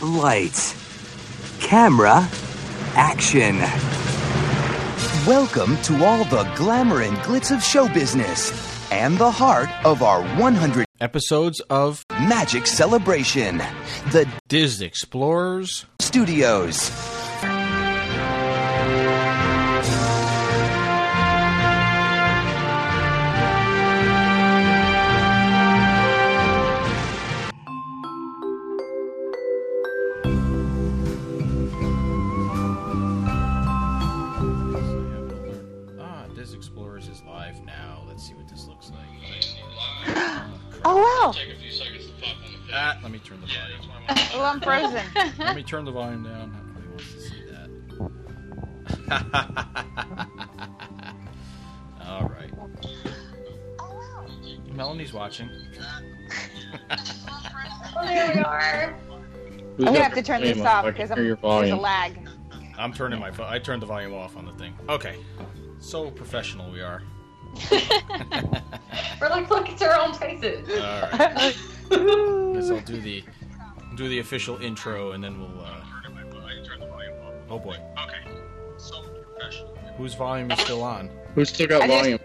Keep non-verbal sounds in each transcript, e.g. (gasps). Lights. Camera. Action. Welcome to all the glamour and glitz of show business and the heart of our 100 Episodes of Magic Celebration. The Diz Explorers. Studios. Ah, Diz Explorers is live now. Let's see what this looks like. Oh wow! Take a few seconds to pop on the page. Ah, let me turn the Yeah, volume. that's why I'm on Oh, (laughs) I'm frozen. Let me turn the volume down. Nobody wants to see that. (laughs) All right. Melanie's watching. Oh, there we (laughs) are. I'm gonna have to turn this off because I'm your there's a volume. lag. I'm turning my. Vo- I turned the volume off on the thing. Okay. So professional we are. We're like, look, it's our own faces. Uh, All right. (laughs) Guess I'll do the do the official intro and then we'll. Uh... Oh boy. Whose volume is still on? Who's still got I just- volume?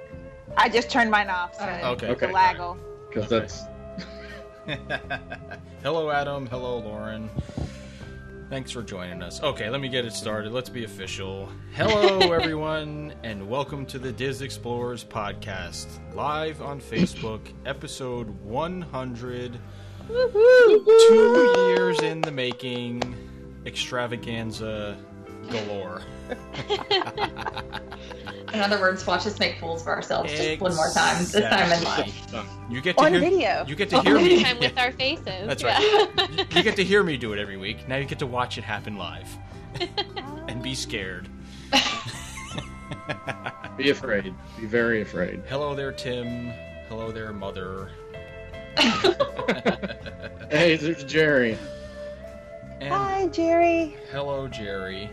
I just turned mine off, so Alright. Okay. the Oh, Okay. lag will. Because Okay. that's hello, Adam. Hello, Lauren. Thanks for joining us. Okay, let me get it started. Let's be official. (laughs) Hello, everyone, and welcome to the Diz Explorers podcast, live on Facebook, episode 100. Two years in the making, extravaganza galore. In other words, watch us make fools of ourselves just one more time. This time in Exactly. live. You get to On hear, video. You get to hear me. time (laughs) with our faces. That's yeah. right. You- you get to hear me do it every week. Now you get to watch it happen (laughs) live and be scared. be afraid. Be very afraid. Hello there, Tim. Hello there, Mother. Hey, there's Jerry. And Hi, Jerry. hello, (laughs) Jerry.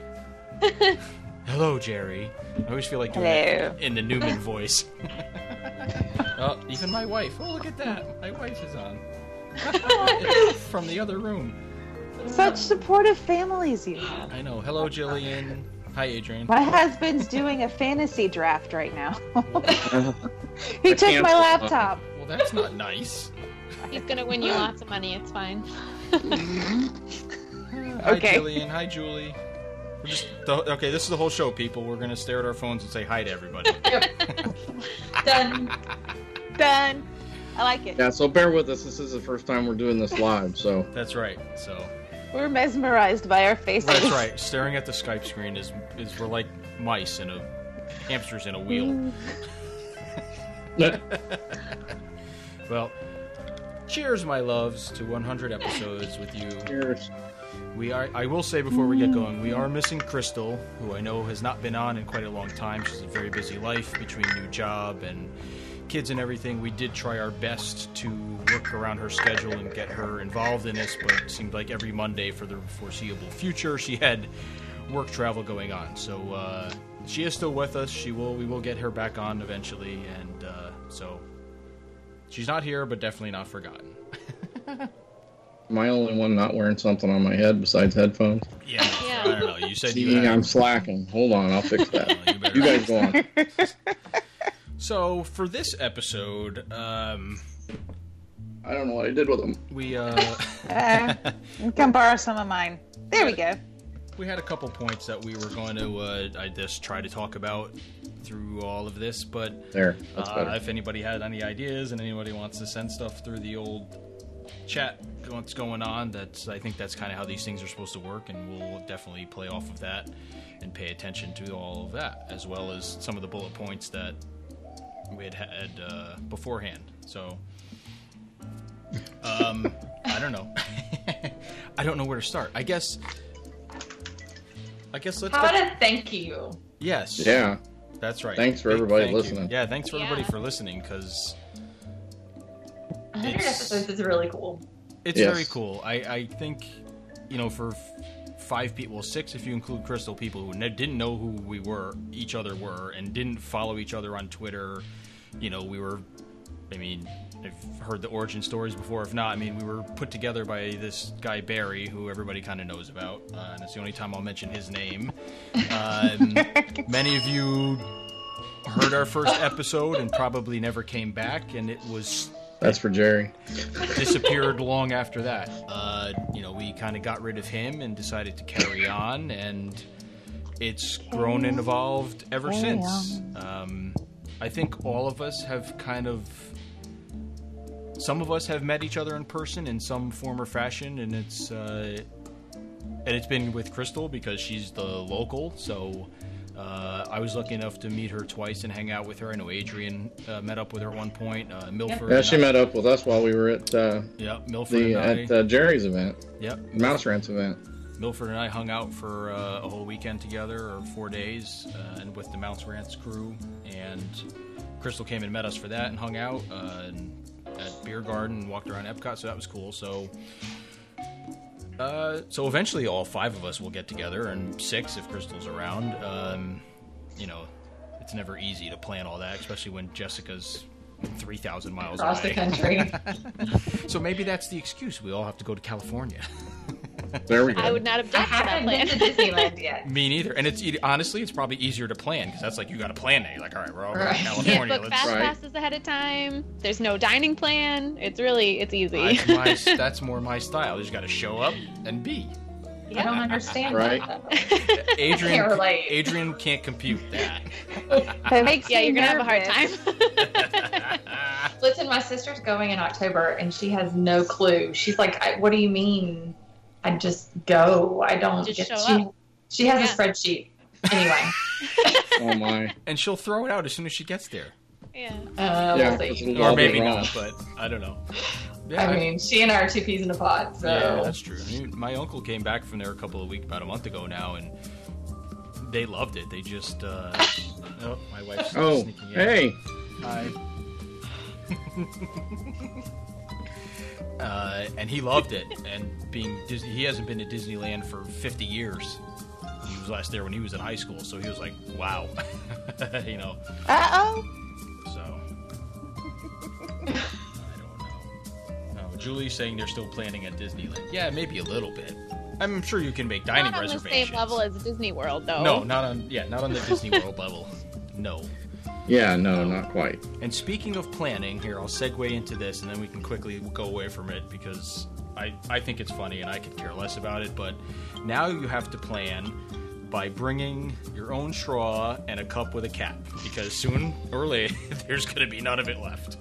hello, Jerry. I always feel like doing Hello. it in the (laughs) Newman voice. oh, even my wife. Oh, look at that. My wife is (laughs) on. (laughs) From the other room. Such supportive families you have. I know. Hello, Jillian. Hi, Adrian. My husband's doing a fantasy draft right now. (laughs) he I took can't- my laptop. Well, that's not nice. He's gonna (laughs) win you lots of money. It's fine. Okay. Hi, Jillian. Hi, Julie. We're just the, okay. This is the whole show, people. We're gonna stare at our phones and say hi to everybody. Done. Done. I like it. Yeah, so bear with us. This is the first time we're doing this (laughs) live, so That's right. So We're mesmerized by our faces. that's (laughs) right. Staring at the Skype screen is is we're like mice in a hamsters in a wheel. Well, cheers, my loves, to 100 episodes with you. here's We are. I will say before we get going, we are missing Crystal, who I know has not been on in quite a long time. She's a very busy life between new job and kids and everything. We did try our best to work around her schedule and get her involved in this, but it seemed like every Monday for the foreseeable future, she had work travel going on. So uh, she is still with us. She will. We will get her back on eventually, and uh, so she's not here, but definitely not forgotten. my only one not wearing something on my head besides headphones. Yeah. Yeah. I don't know. You said you. See, Had, I'm slacking. Hold on, I'll fix (laughs) that. you better- You guys go (laughs) on. So for this episode, um, I don't know what I did with them. we uh, Uh, (laughs) you can borrow some of mine. There we go. we had a couple points that we were going to uh, I just try to talk about through all of this, but There, that's uh, better. if anybody had any ideas and anybody wants to send stuff through the old chat, what's going on? That's I think that's kind of how these things are supposed to work, and we'll definitely play off of that and pay attention to all of that, as well as some of the bullet points that we had had uh, beforehand. So. Um, I don't know. (laughs) I don't know where to start. I guess. I guess let's. How Go- to thank you. yes. Yeah, That's right. Thanks for Big everybody thank you. listening. Yeah, thanks for everybody Yeah. for listening because 100 It's- episodes is really cool. it's Yes. very cool. I, I think, you know, for f- five people, well, six if you include Crystal, people who ne- didn't know who we were, each other were, and didn't follow each other on Twitter, you know, we were, I mean, have heard the origin stories before. If not, I mean, we were put together by this guy Barry, who everybody kind of knows about, uh, and it's the only time I'll mention his name. Um, many of you heard our first episode and probably never came back, and it was That's for Jerry. disappeared long after that. Uh, you know, we kind of got rid of him and decided to carry on, and it's grown and evolved ever since. Um, I think all of us have kind of. Some of us have met each other in person in some form or fashion, and it's uh, and it's been with Crystal because she's the local. So uh, I was lucky enough to meet her twice and hang out with her. I know Adrian uh, met up with her at one point. Uh, Milford, Yeah, she and I- met up with us while we were at uh, yeah, Milford the and I, at uh, Jerry's event, yep, Mouse Rant's event. Milford and I hung out for uh, a whole weekend together, or four days, uh, and with the Mounts Rants crew. And Crystal came and met us for that and hung out uh, and at Beer Garden and walked around Epcot, so that was cool. So, uh, so eventually, all five of us will get together, and six if Crystal's around. Um, you know, it's never easy to plan all that, especially when Jessica's three thousand miles across the away. (laughs) country. So maybe that's the excuse. We all have to go to California. (laughs) There we go. I would not I object to that haven't been to plan. Disneyland yet. Me neither. And it's e- honestly, it's probably easier to plan because that's like you got to plan it. You're like, all right, we're all going to Right. (laughs) Can't California. book Let's fast Right. passes ahead of time. There's no dining plan. It's really it's (laughs) easy. that's, (laughs) my, that's more my style. You just got to show up and be. I don't understand. Right. that. (laughs) Adrian, Can't relate. Adrian can't compute (laughs) that. That makes yeah, me you're gonna have a hard nervous. time. (laughs) Listen, my sister's going in October, and she has no clue. She's like, I, "What do you mean? I just go. I don't." Just get-" show she, up. she has Yeah. a spreadsheet. Anyway, Oh (laughs) my. and she'll throw it out as soon as she gets there, yeah. uh, Yeah, we'll it's see. a lot or maybe wrong. not. But I don't (laughs) know. Yeah, I mean, she and I are two peas in a pod. So Yeah, that's true. I mean, my uncle came back from there a couple of weeks, about a month ago now, and they loved it. They just, (laughs) uh, oh, my wife's Oh, sneaking in. hey. Hi. (laughs) uh, and he loved it. And being Disney, he hasn't been to Disneyland for 50 years. He was last there when he was in high school, so he was like, "Wow," (laughs) you know. Uh oh. So (laughs) I don't know. No, Julie's saying they're still planning at Disneyland. Yeah, maybe a little bit. I'm sure you can make dining not on the reservations. same level as Disney World though. no, not on. Yeah, not on the Disney World level. No. Yeah, no, not quite. And speaking of planning, here I'll segue into this, and then we can quickly go away from it because I I think it's funny, and I could care less about it. But now you have to plan by bringing your own straw and a cup with a cap because soon or late (laughs) there's going to be none of it left.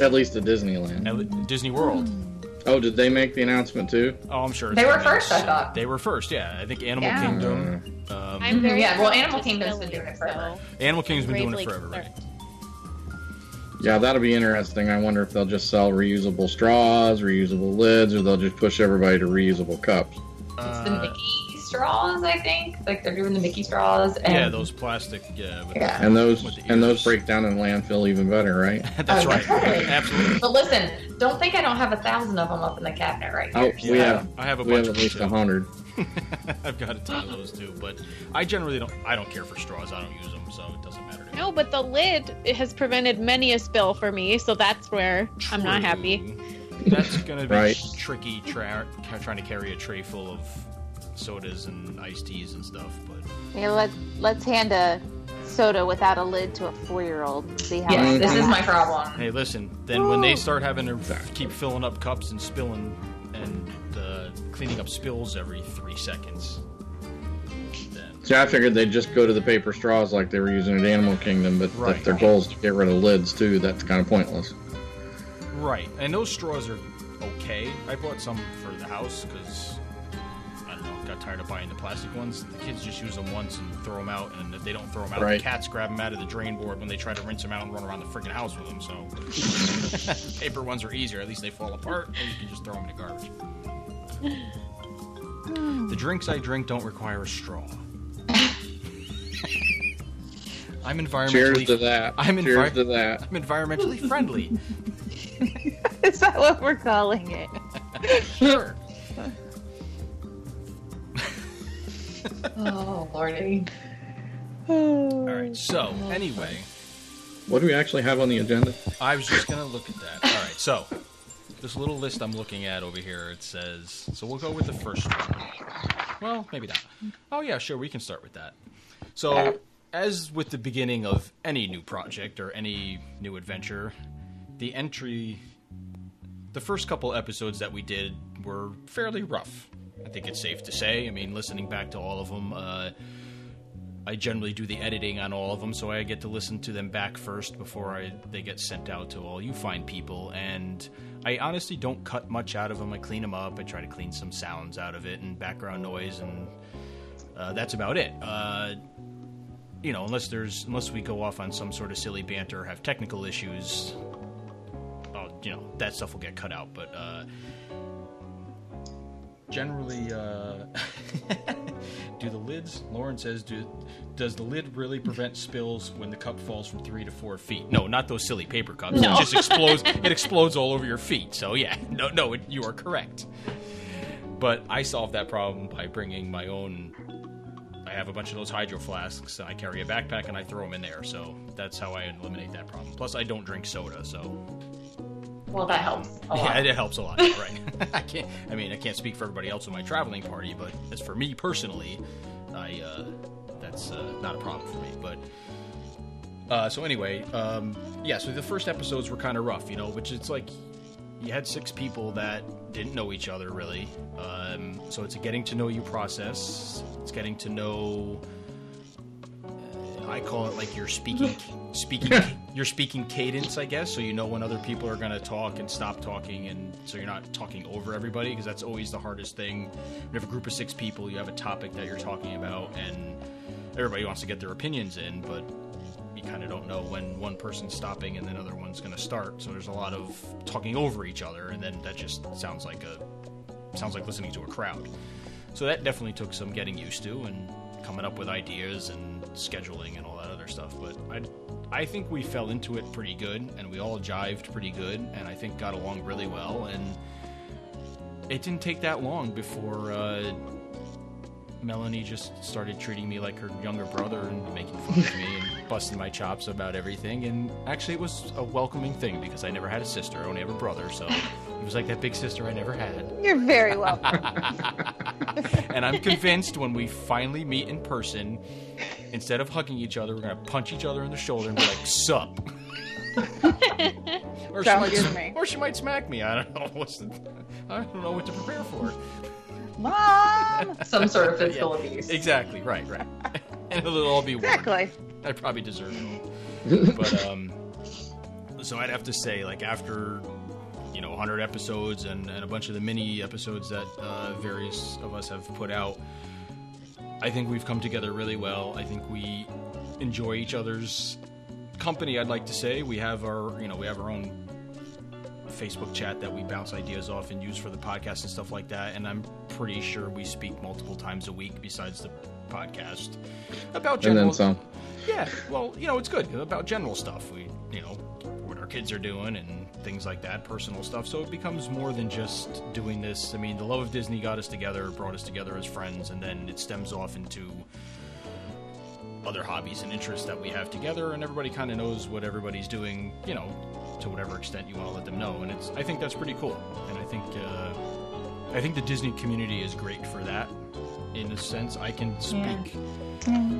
At least at Disneyland. At li- Disney World. Oh, did they make the announcement too? Oh, I'm sure it's They were been first, I announced. thought. They were first. Yeah, I think Animal Yeah. Uh, Mm. Kingdom. Um, I'm very Yeah, well, conscious Animal Kingdom's been silly, doing it forever. so Animal Kingdom's been doing it gravely forever. right? concerned. Yeah, that'll be interesting. I wonder if they'll just sell reusable straws, reusable lids, or they'll just push everybody to reusable cups. it's Uh, the Mickey straws, I think. Like they're doing the Mickey straws. And yeah, those plastic. Yeah, with Yeah. And those With the and those ears. break down in landfill even better, right? The, (laughs) that's Oh, right. okay. Absolutely. But listen, don't think I don't have a thousand of them up in the cabinet right Oh, here. we have I have a we bunch have at of least them, a too. hundred. (laughs) I've got a ton of those too, but I generally don't. I don't care for straws. I don't use them, so it doesn't matter. To me. No, but the lid it has prevented many a spill for me, so that's where I'm not happy. True. That's gonna be Right. tricky tra- ca- trying to carry a tray full of sodas and iced teas and stuff. But Yeah, let, let's hand a soda without a lid to a four-year-old and see how Yes, they this come is my out. problem. hey, listen. Then when they start having to keep filling up cups and spilling and uh, cleaning up spills every three seconds, then See, I figured they'd just go to the paper straws like they were using at Animal Kingdom, but Right. if their goal is to get rid of lids too, that's kind of pointless. Right, and those straws are okay. I bought some for the house because I don't know, got tired of buying the plastic ones. The kids just use them once and throw them out, and if they don't throw them out, Right. the cats grab them out of the drain board when they try to rinse them out and run around the friggin' house with them. (laughs) So paper ones are easier. At least they fall apart, and you can just throw them in the garbage. the drinks I drink don't require a (laughs) straw. I'm environmentally. Cheers to that. I'm in Cheers fact- to that. I'm environmentally friendly. Is that what we're calling (sighs) it? sure. Oh lordy. Oh, All right. So anyway, What do we actually have on the agenda? I was just gonna look at that. All right, so this little list I'm looking at over here it says. So we'll go with the first one. Well, maybe not. Oh yeah, sure, we can start with that. So, as with the beginning of any new project or any new adventure, the entry, the first couple episodes that we did were fairly rough. I think it's safe to say. I mean, listening back to all of them. Uh, I generally do the editing on all of them, so I get to listen to them back first before I, they get sent out to all you fine people. And I honestly don't cut much out of them. I clean them up. I try to clean some sounds out of it and background noise, and uh, that's about it. Uh, you know, unless there's unless we go off on some sort of silly banter or have technical issues, i you know that stuff will get cut out. But uh, generally uh, (laughs) do the lids lauren says do does the lid really prevent spills when the cup falls from three to four feet no not those silly paper cups No. it just explodes it explodes all over your feet so yeah (laughs) no no it, you are correct but i solved that problem by bringing my own i have a bunch of those hydro flasks and i carry a backpack and i throw them in there so that's how i eliminate that problem plus i don't drink soda so Well, that helps (laughs) a yeah, lot. it helps a lot, right? (laughs) I can't. I mean, I can't speak for everybody else in my traveling party, but as for me personally, I uh, that's uh, not a problem for me. But uh, so anyway, um, yeah. So the first episodes were kind of rough, you know, which it's like you had six people that didn't know each other really. Um, so it's a getting to know you process. It's getting to know. uh, I call it like your speaking, speaking, your speaking cadence, I guess. So you know when other people are going to talk and stop talking, and so you're not talking over everybody because that's always the hardest thing. You have a group of six people, you have a topic that you're talking about, and everybody wants to get their opinions in, but you kind of don't know when one person's stopping and then other one's going to start. So there's a lot of talking over each other, and then that just sounds like a sounds like listening to a crowd. So that definitely took some getting used to and coming up with ideas and scheduling and all that other stuff. But I, I think we fell into it pretty good, and we all jived pretty good, and I think got along really well. And it didn't take that long before. Uh, Melanie just started treating me like her younger brother and making fun of me and busting my chops about everything. And actually, it was a welcoming thing because I never had a sister, I only have a brother. So it was like that big sister I never had. You're very welcome. (laughs) And I'm convinced when we finally meet in person, instead of hugging each other, we're going to punch each other in the shoulder and be like, (laughs) sup. or, she Sounds might, good to s- me. or she might smack me. I don't know. (laughs) What's the, I don't know what to prepare for. Mom! Some sort (laughs) of physical abuse. Exactly. Right. Right. (laughs) and it'll all (laughs) be work. Exactly. (laughs) I probably deserve (laughs) it. but um, so I'd have to say, like after you know 100 episodes and, and a bunch of the mini episodes that uh, various of us have put out, I think we've come together really well. I think we enjoy each other's company. I'd like to say we have our you know we have our own Facebook chat that we bounce ideas off and use for the podcast and stuff like that. And I'm pretty sure we speak multiple times a week besides the podcast about And general then some. yeah, well, you know, it's good about general stuff. We, you know, what our kids are doing and things like that, personal stuff. So it becomes more than just doing this. I mean, the love of Disney got us together, brought us together as friends, and then it stems off into other hobbies and interests that we have together. And everybody kind of knows what everybody's doing, you know, to whatever extent you want to let them know. And it's, I think that's pretty cool. And I think, uh, I think the Disney community is great for that. In a sense, I can speak. Yeah.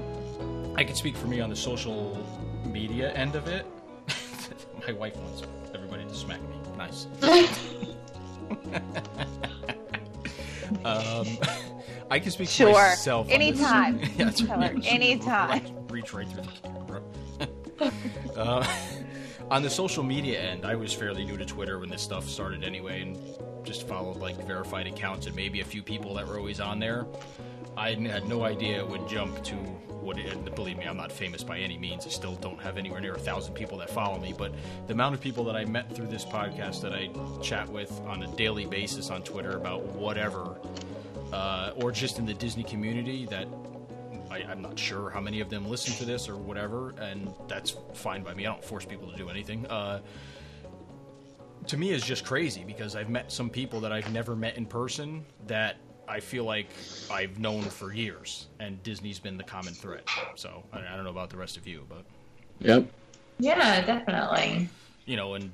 I can speak for me on the social media end of it. (laughs) My wife wants everybody to smack me. Nice. um, I can speak Sure. for myself. on this- Anytime. (laughs) yeah, that's Tell her right. anytime. Reach right through the camera. (laughs) uh, on the social media end, I was fairly new to Twitter when this stuff started anyway, and just followed like verified accounts and maybe a few people that were always on there. I n- had no idea it would jump to what it. and Believe me, I'm not famous by any means. I still don't have anywhere near a thousand people that follow me. But the amount of people that I met through this podcast that I chat with on a daily basis on Twitter about whatever, uh, or just in the Disney community, that I, I'm not sure how many of them listen to this or whatever, and that's fine by me. I don't force people to do anything. Uh, to me, is just crazy because I've met some people that I've never met in person that I feel like I've known for years, and Disney's been the common thread. So I, I don't know about the rest of you, but Yep. Yeah, definitely. you know, and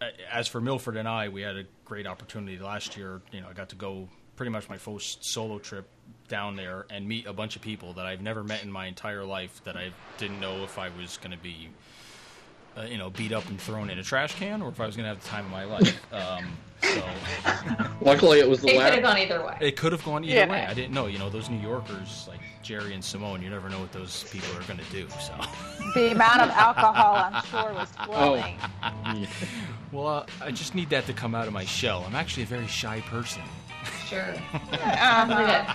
a- as for Milford and I, we had a great opportunity last year. You know, I got to go pretty much my first solo trip down there and meet a bunch of people that I've never met in my entire life that I didn't know if I was going to be, uh, you know, beat up and thrown in a trash can or if I was going to have the time of my life. (laughs) Um, so Luckily, it was the (laughs) It could last. have gone either way. it could have gone either Yeah. way. I didn't know. You know, those New Yorkers like Jerry and Simone, you never know what those people are going to do. So. The amount of alcohol, I'm sure, was Oh. flowing. (laughs) (laughs) Well, uh, I just need that to come out of my shell. I'm actually a very shy person. (laughs) Sure. Uh-huh.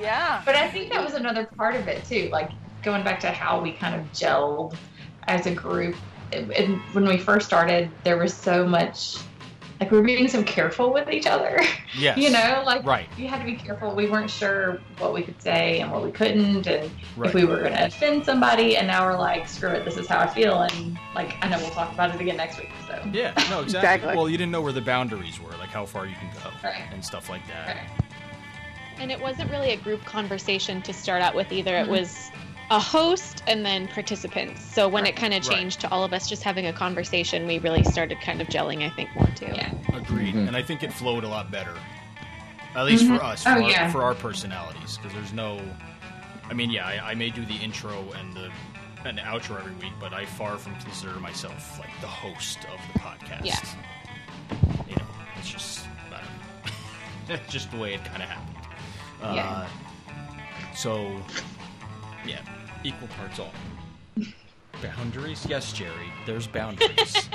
Yeah. But I think that was another part of it too. Like going back to how we kind of gelled as a group. It- it- when we first started, there was so much. Like we were being so careful with each other. (laughs) Yes. You know, like Right. you had to be careful. We weren't sure what we could say and what we couldn't, and Right. if we were going to offend somebody. And now we're like, screw it, this is how I feel, and like I know we'll talk about it again next week. So (laughs) Yeah, no, exactly. Exactly. Well, you didn't know where the boundaries were, like how far you can go Right. and stuff like that. Right. And it wasn't really a group conversation to start out with either. It Mm-hmm. was a host and then participants. So when it kind of Right. changed to all of us just having a conversation, we really started kind of gelling, I think, more too. yeah, Agreed. Mm-hmm. Mhm. And I think it flowed a lot better, at least for us, for, Oh, our, yeah. for our personalities, because there's no. I mean, yeah, I, I may do the intro and the and the outro every week, but I far from consider myself like the host of the podcast. Yeah. You know, it's just I don't know. (laughs) that's just the way it kind of happened. Yeah. Uh, so, yeah, equal parts all. (laughs) Boundaries? Yes, Jerry. There's boundaries.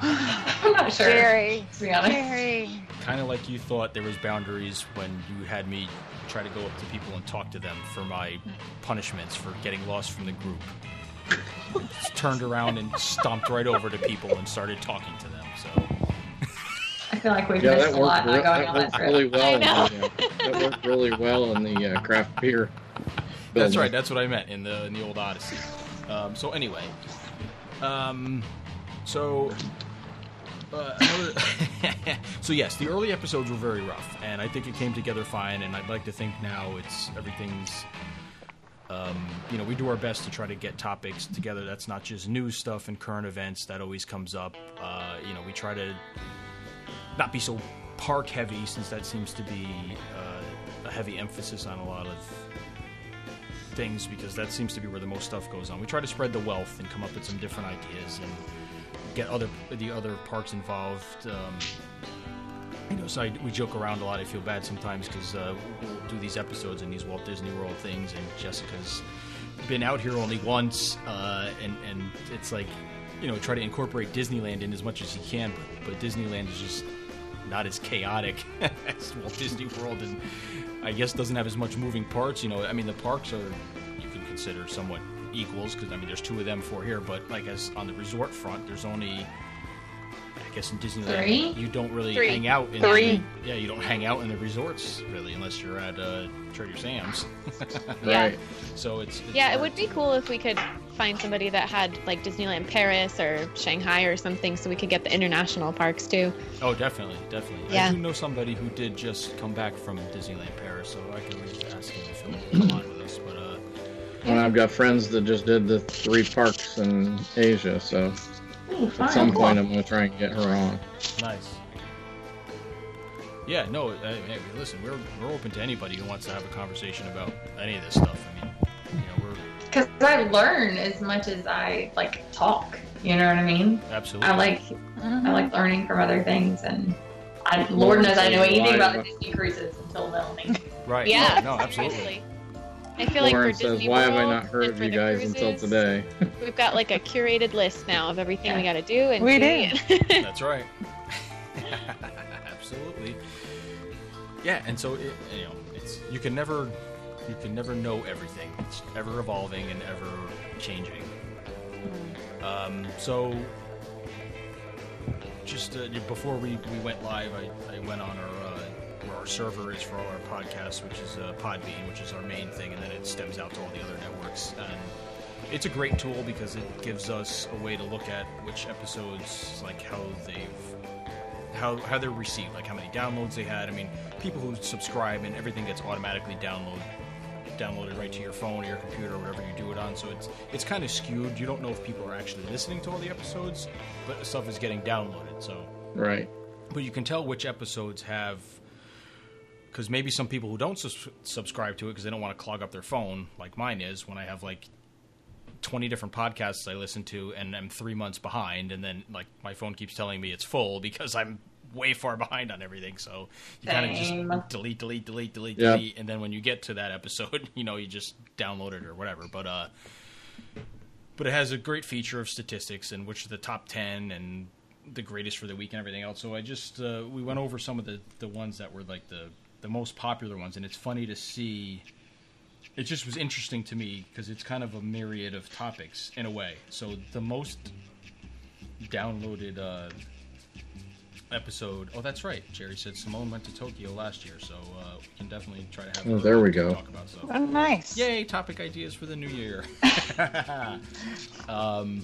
I'm not sure. Jerry. To be honest. Jerry. kind of like you thought there was boundaries when you had me try to go up to people and talk to them for my punishments for getting lost from the group. Just turned around and stomped right over to people and started talking to them. So I feel like we've Yeah, missed that a lot worked, re- not going that on that worked trip. really well. in I the, uh, that worked really well in the uh, craft beer. that's building. right. That's what I meant in the in the old Odyssey. Um, so anyway, um, so. Uh, another- (laughs) so yes, the early episodes were very rough, and I think it came together fine. And I'd like to think now it's everything's um, you know, we do our best to try to get topics together. That's not just news stuff and current events that always comes up. Uh, you know, we try to not be so park heavy since that seems to be uh, a heavy emphasis on a lot of things because that seems to be where the most stuff goes on. We try to spread the wealth and come up with some different ideas and get other the other parks involved. Um, you know, so I, we joke around a lot. I feel bad sometimes because uh, we'll do these episodes and these Walt Disney World things, and Jessica's been out here only once, uh, and and it's like, you know, try to incorporate Disneyland in as much as you can, but, but Disneyland is just not as chaotic (laughs) as Walt Disney World, and I guess doesn't have as much moving parts. You know, I mean, the parks are you can consider somewhat equals because I mean, there's two of them, four here, but like as on the resort front, there's only. I guess in Disneyland, Three? you don't really Three. hang out in Three. The, yeah, you don't hang out in the resorts really, unless you're at uh, Trader Sam's. (laughs) Yeah. Right. So it's, uh, it's Yeah, it would be cool if we could find somebody that had like Disneyland Paris or Shanghai or something so we could get the international parks too. Oh, definitely, definitely. I Yeah. do know somebody who did just come back from Disneyland Paris, so I can always ask him if he'll come on with us. But uh, Well, I've got friends that just did the three parks in Asia, so Ooh, at Oh, fine. some point I'm going to try and get her on. nice. Yeah, no. uh, Hey, listen, we're we're open to anybody who wants to have a conversation about any of this stuff. I mean, you know, we're because I learn as much as I like talk. You know what I mean? absolutely. I like I like learning from other things, and I, Lord knows I know anything about the Disney cruises until Melanie. right. Yeah, No, absolutely. seriously. I feel like Lauren for says, Disney "Why have World I not heard and of for you the guys until cruises, today?" We've got like a curated list now of everything we Yeah. got to do. And We do. That's right. (laughs) Absolutely. Yeah, and so it, you know, it's you can never, you can never know everything. It's ever evolving and ever changing. Um, so, just uh, before we, we went live, I, I went on our uh, where our server is for all our podcasts, which is uh, Podbean, which is our main thing, and then it stems out to all the other networks. And it's a great tool because it gives us a way to look at which episodes, like how they've how how they're received, like how many downloads they had. I mean, people who subscribe and everything gets automatically downloaded downloaded right to your phone or your computer or whatever you do it on. So it's it's kind of skewed. You don't know if people are actually listening to all the episodes, but the stuff is getting downloaded. So, (laughs) Right. but you can tell which episodes have because maybe some people who don't sus- subscribe to it because they don't want to clog up their phone, like mine is, when I have like 20 different podcasts I listen to and I'm three months behind, and then like my phone keeps telling me it's full (laughs) because I'm way far behind on everything. So you kind of Same. just delete, delete, delete, delete, Yeah. delete, and then when you get to that episode, (laughs) you know, you just download it or whatever. But uh, but it has a great feature of statistics and which are the top 10 and the greatest for the week and everything else. So I just uh, we went over some of the the ones that were like the the most popular ones, and it's funny to see. It just was interesting to me because it's kind of a myriad of topics in a way. So the most downloaded uh, episode. Oh, that's right. Jerry said Simone went to Tokyo last year, so uh, we can definitely try to have. Oh, her there we go. Talk about stuff. Oh, nice. Yay, topic ideas for the new year. (laughs) um,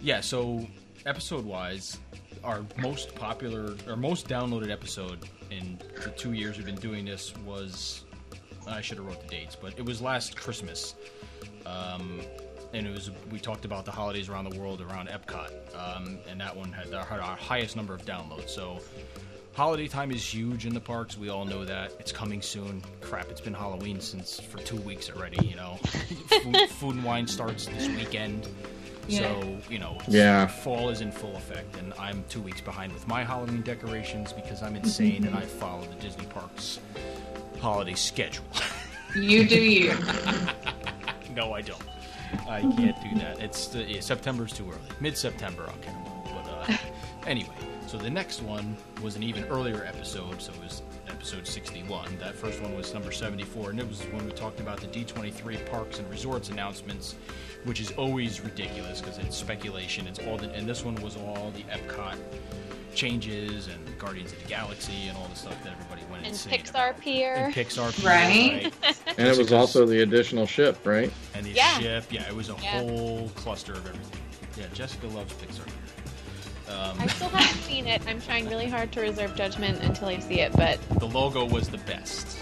yeah, so episode wise, our most popular or most downloaded episode in the two years we've been doing this was I should have wrote the dates, but it was last Christmas. Um, and it was we talked about the holidays around the world around Epcot, um, and that one had our, had our highest number of downloads. So Holiday time is huge in the parks. We all know that. It's coming soon. Crap, it's been Halloween since for two weeks already. You know, food, food and wine starts this weekend, so you know, it's- Yeah. fall is in full effect. And I'm two weeks behind with my Halloween decorations because I'm insane and I follow the Disney parks holiday schedule. (laughs) You do you. no, I don't. I can't do that. It's the, yeah, September's too early. Mid September, I'll get them all. But uh, anyway, so the next one was an even earlier episode, so it was episode 61. That first one was number 74, and it was when we talked about the D23 parks and resorts announcements, which is always ridiculous because it's speculation. It's all the, and this one was all the Epcot changes and Guardians of the Galaxy and all the stuff that everybody went (laughs) And (laughs) insane Pixar about. Pier. And Pixar, Pier, Right. right? And it was also the additional ship, right? Oh, and the Yeah. ship. Yeah, it was a Yeah. whole cluster of everything. Yeah, Jessica loves Pixar. I Um, still haven't seen it. I'm trying really hard to reserve judgment until I see it, but (laughs) the logo was the best.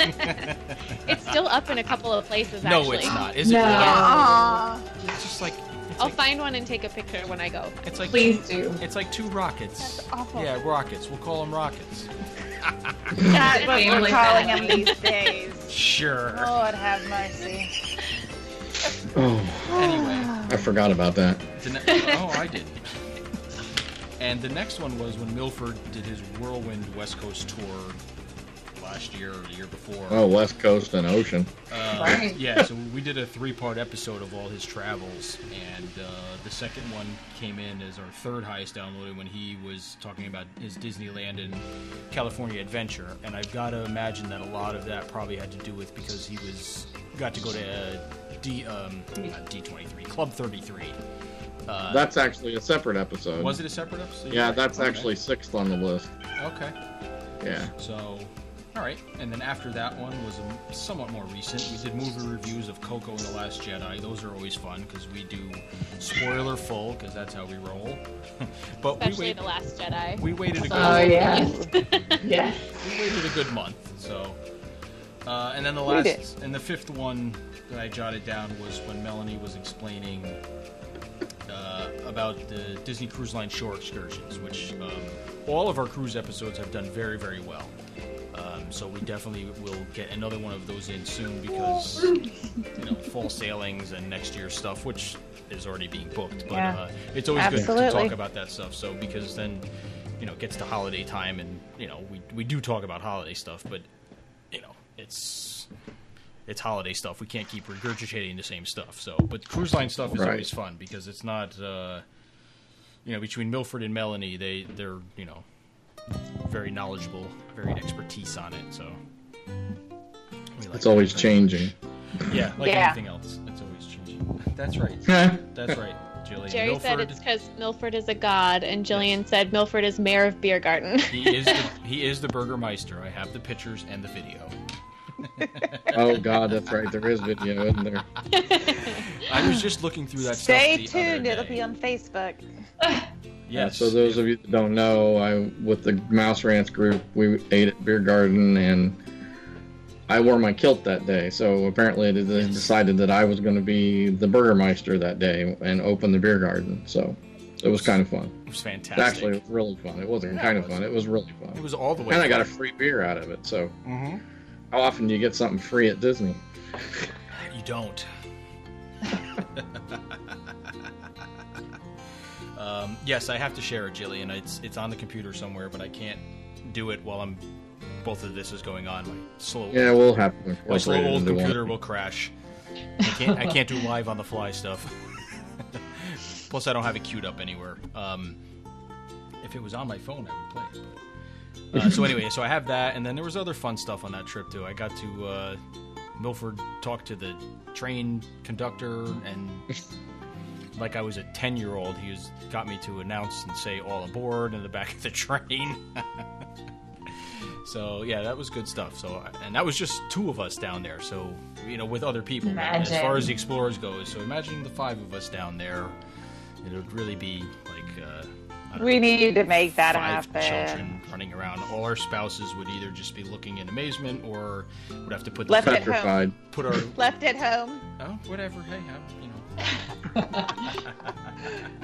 it's still up in a couple of places. Actually, No, it's not. Is No. it? really? Aw. It's just like it's I'll like, find one and take a picture when I go. it's like Please do. it's like two rockets. That's awful. Yeah, rockets. We'll call them rockets. That's what we're Family calling them friendly. these days. Sure. Lord have mercy. Oh, Anyway, I forgot about that. the ne- oh, I did. And the next one was when Milford did his whirlwind West Coast tour last year or the year before. Oh, West Coast and Ocean. Uh, Right. Yeah, so we did a three-part episode of all his travels, and uh, the second one came in as our third highest downloaded when he was talking about his Disneyland and California adventure. And I've got to imagine that a lot of that probably had to do with because he was got to go to uh, D um, not D23 Club 33. Uh, That's actually a separate episode. was it a separate episode? Yeah, that's Okay. actually sixth on the list. okay. Yeah. So, all right. And then after that one was a, somewhat more recent. We did movie reviews of Coco and the Last Jedi. Those are always fun because we do spoiler full because that's how we roll. (laughs) but we Especially wait, the Last Jedi. we waited a good Oh yeah. yeah. (laughs) we waited a good month. So, uh, and then the We did. last and the fifth one that I jotted down was when Melanie was explaining uh, about the Disney Cruise Line shore excursions, which um, all of our cruise episodes have done very, very well. Um, so we definitely will get another one of those in soon because you know fall sailings and next year's stuff, which is already being booked. But Yeah. uh, it's always good to Absolutely. talk about that stuff. So because then you know, it gets to holiday time, and you know, we we do talk about holiday stuff, but you know, it's it's holiday stuff. We can't keep regurgitating the same stuff. So, but cruise line stuff is Right. always fun because it's not, uh, you know, between Milford and Melanie, they they're you know very knowledgeable, very expertise on it. So we like It's always that. changing. Yeah, like Yeah. anything else, it's always changing. That's right. Yeah. (laughs) That's right, Jillian. Jerry Milford, said it's because Milford is a god, and Jillian said Milford is mayor of Beer Garden. he is the, he is the Burgermeister. I have the pictures and the video. Oh God, that's right. There is video, isn't there? I (gasps) was just looking through that Stay stuff. the other tuned. It'll day. be on Facebook. Yeah, Yes. so those of you that don't know, I with the Mouse Rants group, we ate at Beer Garden, and I wore my kilt that day, so apparently they they decided that I was going to be the burgermeister that day and open the beer garden. So it was kind of fun. It was It fantastic. actually was really fun. It wasn't Yeah, kind it of was. fun. It was really fun. it was all the way. and I got a free beer out of it. So hmm how often do you get something free at Disney? You (laughs) don't. um, yes, I have to share it, Jillian. It's it's on the computer somewhere, but I can't do it while I'm. Both of this is going on. My slow, Yeah, we'll have to my incorporate slow it old into one. computer will crash. I can't I can't do live on the fly stuff. (laughs) Plus, I don't have it queued up anywhere. Um, if it was on my phone, I would play it. But, uh, so anyway, so I have that, and then there was other fun stuff on that trip too. I got to uh, Milford talk to the train conductor, and like I was a ten year old, he was, got me to announce and say "all aboard" in the back of the (laughs) train. so yeah, that was good stuff. So and that was just two of us down there. So you know, with other people, as Imagine. far as the explorers goes. So imagine the five of us down there. It would really be like. Uh, I don't We know need to make that five happen. children running around. All our spouses would either just be looking in amazement or would have to put Left the, at home. Petrified. put our Left at home. oh whatever. Hey, I'm, you know.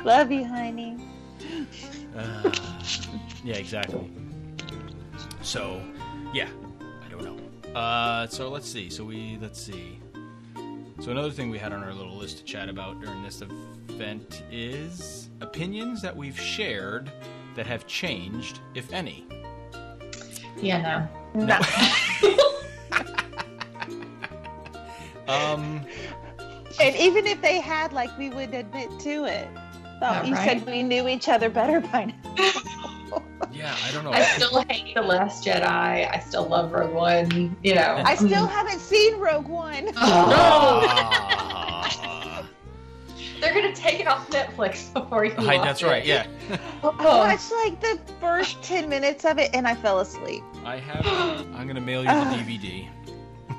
Love you, honey. Uh, yeah, exactly. So, yeah, I don't know. Uh, so let's see. So we let's see. So another thing we had on our little list to chat about during this event is opinions that we've shared that have changed, if any. Yeah, no. No. Um. and even if they had, like, we would admit to it. Oh, All you right. said we knew each other better by now. Yeah, I don't know. I still hate The Last Jedi. I still love Rogue One. (laughs) You know. I still haven't seen Rogue One. Oh, Ah. no! They're gonna take it off Netflix (laughs) before you. (laughs) Hi, watch that's it. right. Yeah, Oh. I watched like the first 10 minutes of it and I fell asleep. I have. I'm gonna mail you the DVD.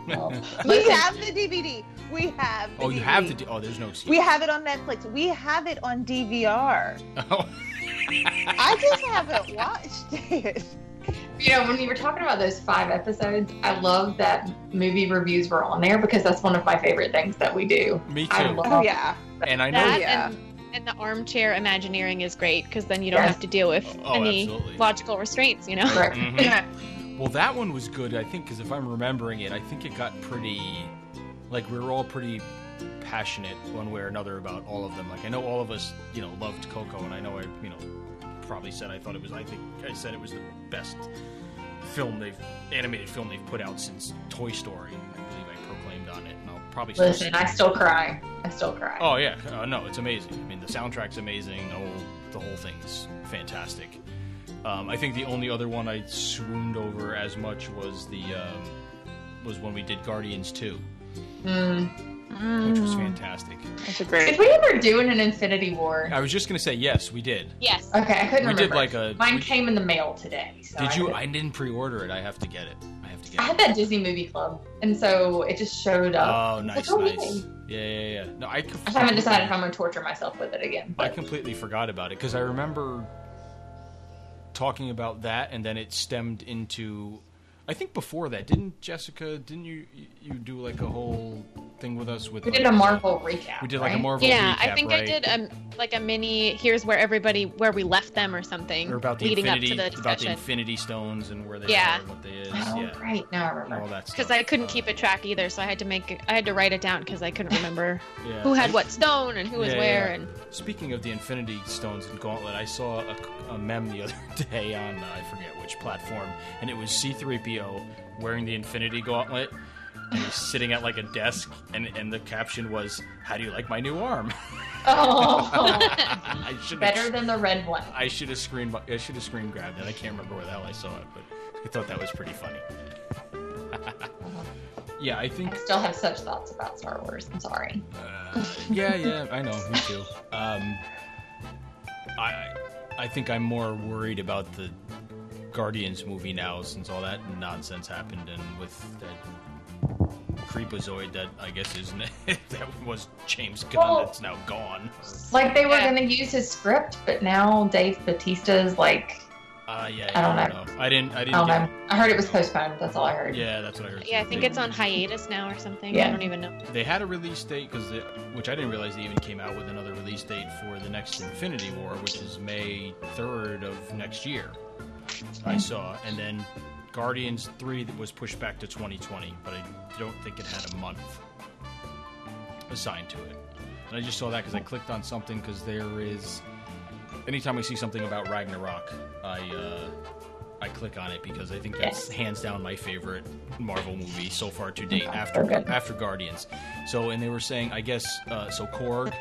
Well, We listen, have the DVD. We have. The Oh, you have the. DVD. D- oh, there's no excuse. We have it on Netflix. We have it on DVR. (laughs) Oh, I just haven't watched (laughs) it. You know, when you were talking about those five episodes, I love that movie reviews were on there because that's one of my favorite things that we do. me too. I love Oh yeah. and I know. That yeah. and, and the armchair Imagineering is great because then you don't Yes. have to deal with Oh, any absolutely. logical restraints, you know? (laughs) Right. Mhm. Well, that one was good, I think, because if I'm remembering it, I think it got pretty. Like, we were all pretty passionate one way or another about all of them. Like, I know all of us, you know, loved Coco, and I know I, you know, probably said I thought it was, I think I said it was the best film they've, animated film they've put out since Toy Story. I believe I proclaimed on it, and I'll probably still Listen, I still cry. I still cry. Oh yeah, uh, no, it's amazing. I mean, the soundtrack's amazing. The whole the whole thing's fantastic. Um, I think the only other one I swooned over as much was the um, was when we did Guardians Two, Mm. which was fantastic. That's a Did great. we ever do an Infinity War? I was just gonna say yes, we did. Yes. Okay, I couldn't We remember. did like a. Mine we- came in the mail today. So did you? couldn't- I didn't pre-order it. I have to get it. I have to I get had it. that Disney movie club, and so it just showed up. Oh, nice, oh, nice. yay. Yeah, yeah, yeah. No, I. Conf- I haven't decided if I'm gonna torture myself with it again. I But completely forgot about it because I remember talking about that, and then it stemmed into. I think before that, didn't Jessica? Didn't you you do like a whole thing with us with? we like, did a uh, Marvel recap. we did like a right? Marvel. Yeah, recap, I think I right? did um, like a mini. Here's where everybody, where we left them, or something, Or about the um, leading Infinity, up to the about the discussion. Infinity Stones and where they Yeah. are, what they is, Oh, yeah, right now I and all remember. that stuff. Because I couldn't Uh, keep a track either, so I had to make, I had to write it down because I couldn't (laughs) remember yeah. who had what stone and who Yeah, was yeah, where. yeah. And Speaking of the Infinity Stones and Gauntlet, I saw a, a mem the (laughs) other day on uh, I forget which platform, and it was C3PO wearing the Infinity Gauntlet. And he's sitting at like a desk, and, and the caption was, "How do you like my new arm?" (laughs) Oh, I should better than the red one. I should have screen I should have screen grabbed it. I can't remember where the hell I saw it, but I thought that was pretty funny. (laughs) yeah, I think I still have such thoughts about Star Wars. I'm sorry. Uh, yeah, yeah, I know, me too. Um, I, I think I'm more worried about the Guardians movie now since all that nonsense happened and with that creepazoid that I guess is (laughs) that was James Gunn Well- that's now gone. Like they were Yeah. going to use his script, but now Dave Batista is like I Uh, yeah, I don't yeah, know. I didn't. I didn't. I don't get- know. I heard it was postponed. That's all I heard. Yeah, that's what I heard. Yeah, I think They- it's on hiatus now or something. I Yeah. don't even know. They had a release date because, which I didn't realize they even came out with another release date for the next Infinity War, which is May third of next year. I saw, and then Guardians three that was pushed back to 2020, but I don't think it had a month assigned to it. And I just saw that because I clicked on something because there is. Anytime I see something about Ragnarok, I uh, I click on it because I think that's hands down my favorite Marvel movie so far to date after Okay. after Guardians. So and they were saying I guess uh, so Korg,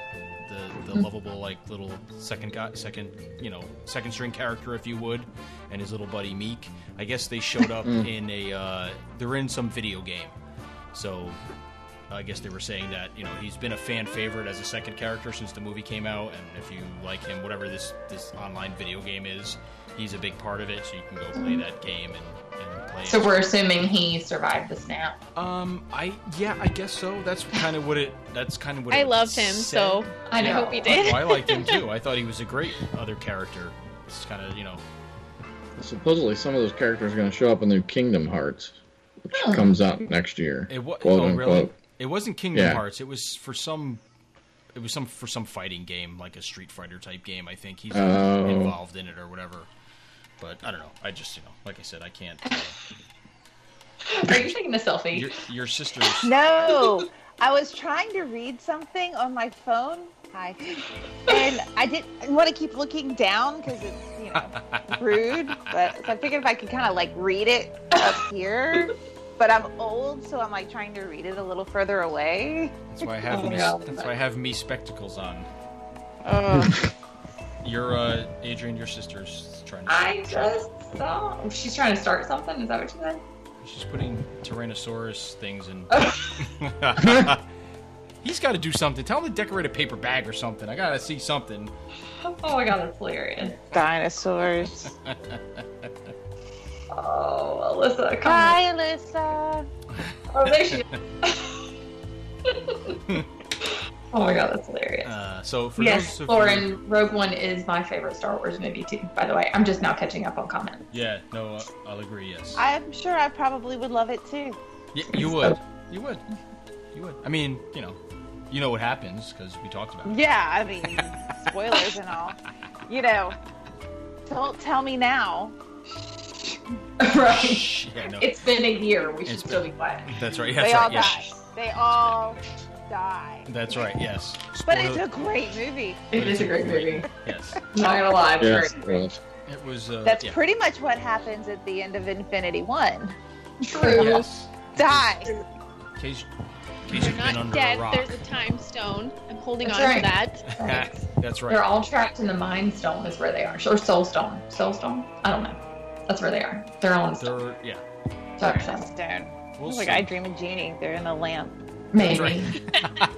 the the lovable like little second guy second you know second string character if you would, and his little buddy Meek. I guess they showed up in a uh, they're in some video game. So I guess they were saying that you know he's been a fan favorite as a second character since the movie came out, and if you like him, whatever this this online video game is, he's a big part of it. So you can go play that game and, and play. So it. we're assuming he survived the snap. um, I yeah, I guess so. That's kind of what it. That's kind of what I it loved him, said. so I I know. hope he did. Well, I liked him (laughs) too. I thought he was a great other character. It's kind of you know Supposedly, some of those characters are going to show up in the Kingdom Hearts, which comes out next year. It was quote oh, unquote. really. It wasn't Kingdom Yeah. Hearts. It was for some. It was some for some fighting game, like a Street Fighter type game. I think he's Oh. involved in it or whatever. But I don't know. I just you know, like I said, I can't. (gasps) Are you taking a selfie? Your your sister's No, I was trying to read something on my phone. Hi, and I didn't want to keep looking down because it's you know rude. But so I figured if I could kind of like read it up here, but I'm old, so I'm like trying to read it a little further away. that's why I have Oh, me no. that's why I have me spectacles on. Uh. Ugh. Your uh, Adrian, your sister's trying to. I just saw. Oh, She's trying to start something. Is that what you said? (laughs) She's putting Tyrannosaurus things in. Oh. (laughs) He's got to do something. Tell him to decorate a paper bag or something. I gotta see something. Oh my god, that's hilarious. Dinosaurs. (laughs) Oh, Alyssa, come on. Hi, Alyssa. Oh, (laughs) there she is. (laughs) oh my god, that's hilarious. Uh, so for yes, those of you- Lauren, Rogue One is my favorite Star Wars movie too. By the way, I'm just now catching up on comments. (laughs) Yeah, no, uh, I'll agree. Yes, I'm sure I probably would love it too. Y- you would, you would, you would. I mean, you know, you know what happens because we talked about it. Yeah, I mean, spoilers and all. You know, don't tell me now. (laughs) right? Yeah, no, It's been a year. We should It's still be quiet. that's right. That's They all right. die. Yes. They all die. That's right. Yes. Spoil- But it's a great movie. It is a great movie. yes. I'm not gonna lie, it's a Yes, great. it movie. was. It was. Uh, That's yeah. pretty much what happens at the end of Infinity One. (laughs) True. Yes. Die. In case, in case They're you've been not under dead. a rock. There's a time stone. I'm holding That's on right. to that. (laughs) that's They're right. all trapped in the Mind Stone. Is where they are, or Soul Stone. Soul Stone. I don't know. That's where they are. They're all in the stone. They're, yeah. Dark Stone. Stone. We'll like see. I dream of genie. They're in a lamp. Maybe. right.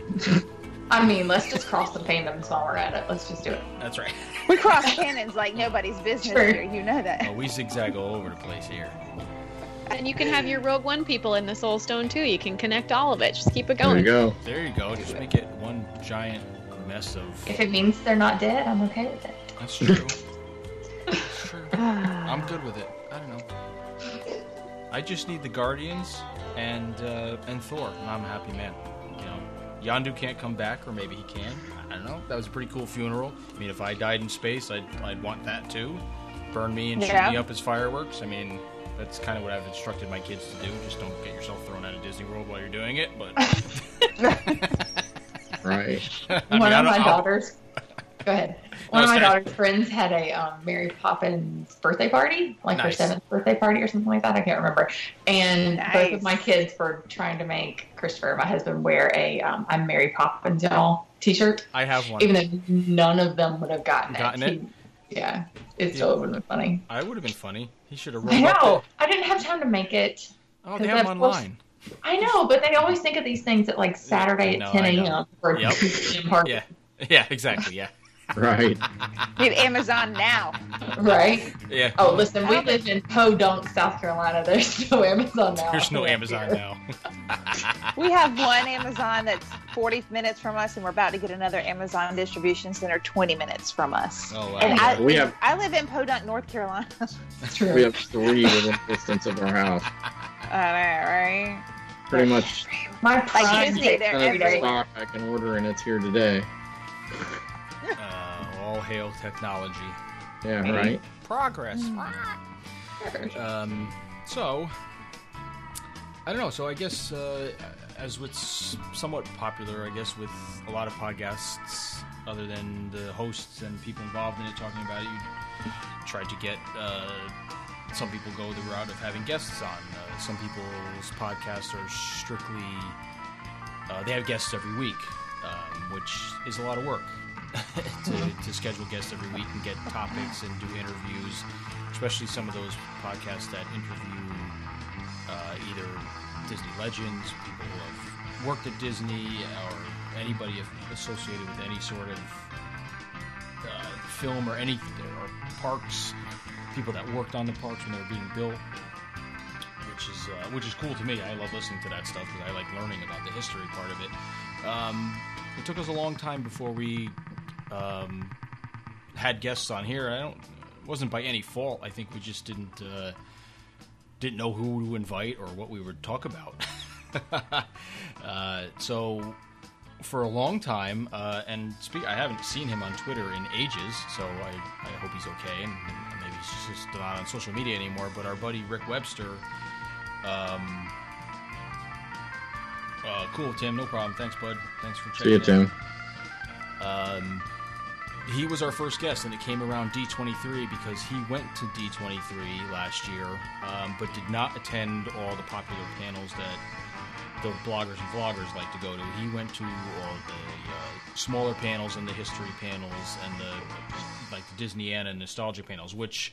(laughs) I mean, let's just cross the fandoms while we're at it. Let's just do it. That's right. (laughs) (laughs) We cross cannons like nobody's business Sure. here. You know Oh, that. we zigzag all over the place here. And you can have your Rogue One people in the Soul Stone too. You can connect all of it. Just keep it There you going. go. There you go. Just make it one giant mess of. If it means they're not dead, I'm okay with it. That's true. That's true. I'm good with it. I don't know. I just need the Guardians and uh, and Thor, and I'm a happy man. You know, Yandu can't come back, or maybe he can. I don't know. That was a pretty cool funeral. I mean, if I died in space, I'd I'd want that too. Burn me and shoot Yeah. me up as fireworks. I mean, that's kind of what I've instructed my kids to do. Just don't get yourself thrown out of Disney World while you're doing it. But (laughs) Right. I mean, One I of don't- my I'll- daughters. (laughs) Go ahead. One of my sorry. daughter's friends had a um, Mary Poppins birthday party, like her Nice. seventh birthday party or something like that. I can't remember. And both Nice. of my kids were trying to make Christopher, my husband, wear a um, "I'm Mary Poppins, y'all" T-shirt, I have one. even though none of them would have gotten, Gotten it? it. He- yeah, it still would have been funny. I would have been funny. He should have I rolled up. know. the- I didn't have time to make it. Oh, they have Because that's them supposed- online. I know, but they always think of these things at like Saturday No, at 10 I know. a.m. for a (laughs) Yep. 2 p.m. party, Yeah. (laughs) Yeah. Exactly. Yeah. Right. Oh, Need Amazon now. right? Yeah. Oh, listen, we live in Podunk, South Carolina. (laughs) There's no Amazon now. (laughs) There's no Amazon now. We have one Amazon that's 40 minutes from us, and we're about to get another Amazon distribution center 20 minutes from us. Oh, wow. And I, We have- I live in Podunk, North Carolina. (laughs) That's We true. have three within distance of our house. All right, right? Pretty much My Like prime Disney, takes they're kind of every the day. stock I can order, and it's here today. Uh, all hail technology. Yeah, right. Progress. Um, so, I don't know. So, I guess uh, as what's somewhat popular, I guess, with a lot of podcasts, other than the hosts and people involved in it talking about it, you try to get. Uh, some people go the route of having guests on. Uh, some people's podcasts are strictly. Uh, they have guests every week, um, which is a lot of work to, to schedule guests every week and get topics and do interviews especially some of those podcasts that interview uh, either Disney legends, people who have worked at Disney, or anybody af- associated with any sort of uh, film or any or parks, people that worked on the parks when they were being built. Which is, uh, which is cool to me. I love listening to that stuff because I like learning about the history part of it. Um, it took us a long time before we um, had guests on here. I don't it wasn't by any fault. I think we just didn't uh, didn't know who to invite or what we would talk about. (laughs) uh, so for a long time, uh, and speak, I haven't seen him on Twitter in ages. So I, I hope he's okay, and maybe he's just not on social media anymore. But our buddy Rick Webster. Um, uh, cool, Tim. No problem. Thanks, bud. Thanks for checking. See you, in. Tim. Um, he was our first guest, and it came around D23 because he went to D23 last year, um, but did not attend all the popular panels that the bloggers and vloggers like to go to. He went to all the uh, smaller panels and the history panels and the like the Disneyana nostalgia panels, which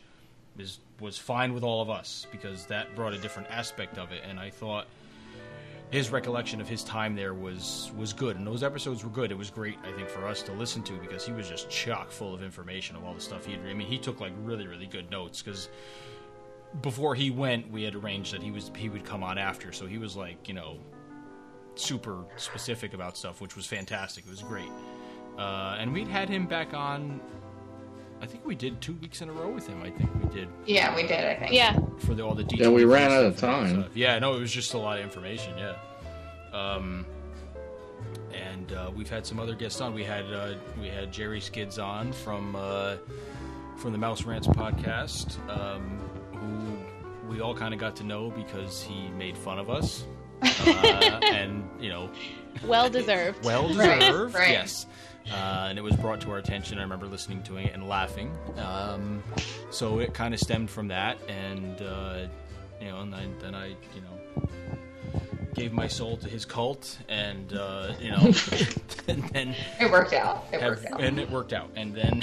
is was fine with all of us because that brought a different aspect of it. And I thought his recollection of his time there was was good, and those episodes were good. It was great, I think, for us to listen to because he was just chock full of information of all the stuff he had. I mean, he took like really, really good notes because before he went, we had arranged that he was he would come on after, so he was like you know super specific about stuff, which was fantastic. It was great, uh, and we'd had him back on. I think we did two weeks in a row with him. I think we did Yeah, we did. I think. Yeah. for the, all the Yeah, details. we ran out of time. Yeah, no, it was just a lot of information. Yeah. Um, and uh, we've had some other guests on. We had uh, we had Jerry Skids on from uh, from the Mouse Rants podcast, um, who we all kind of got to know because he made fun of us, uh, and you know, Well deserved. well (laughs) Right, deserved. right. Yes. Uh, and it was brought to our attention. I remember listening to it and laughing. Um, so it kind of stemmed from that, and uh, you know, and I, then I, you know, gave my soul to his cult, and uh, you know, (laughs) and then It worked out. It have- worked out. and it worked out. And then,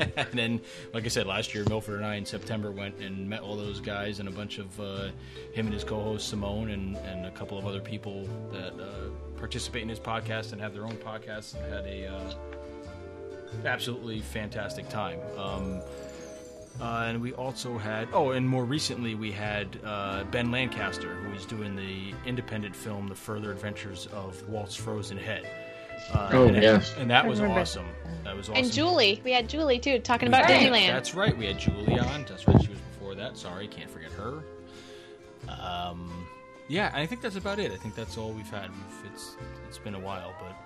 (laughs) and then, like I said, last year Milford and I in September went and met all those guys and a bunch of uh, him and his co-host Simone and, and a couple of other people that uh, participate in his podcast and have their own podcasts and had a uh, absolutely fantastic time. Um, uh, and we also had oh, and more recently we had uh, Ben Lancaster, who is doing the independent film "The Further Adventures of Walt's Frozen Head." Uh, Oh, and, yes. and that was remember. awesome. That was awesome. And Julie. We had Julie too, talking about Right. Disneyland. That's right. We had Julie on. That's right. She was before that. Sorry, can't forget her. Um, yeah, I think that's about it. I think that's all we've had. We've, it's it's been a while, but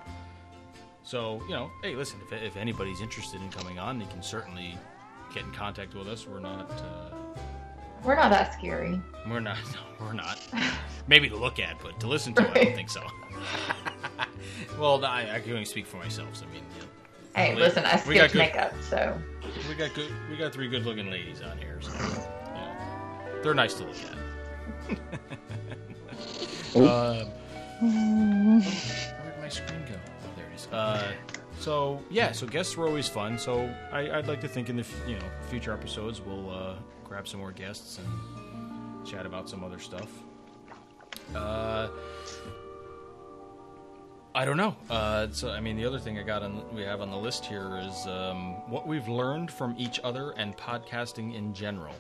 so you know, hey, listen, if, if anybody's interested in coming on, they can certainly get in contact with us. We're not. Uh, We're not that scary. we're not. (laughs) No, we're not. Maybe to look at, but to listen to, I don't think (laughs) so. well, no, I, I can only speak for myself. So, I mean, you know, Hey, We- listen, I we got skipped good- makeup, so we got good. We got three good-looking ladies on here. So, yeah. They're nice to look at. Oh, Um, where did Um, my screen go? Oh, there it is. Uh, so yeah, so guests were always fun. So I, I'd like to think in the f- you know future episodes we'll uh, grab some more guests and chat about some other stuff. Uh, I don't know. Uh, so I mean, the other thing I got on we have on the list here is um, what we've learned from each other and podcasting in general.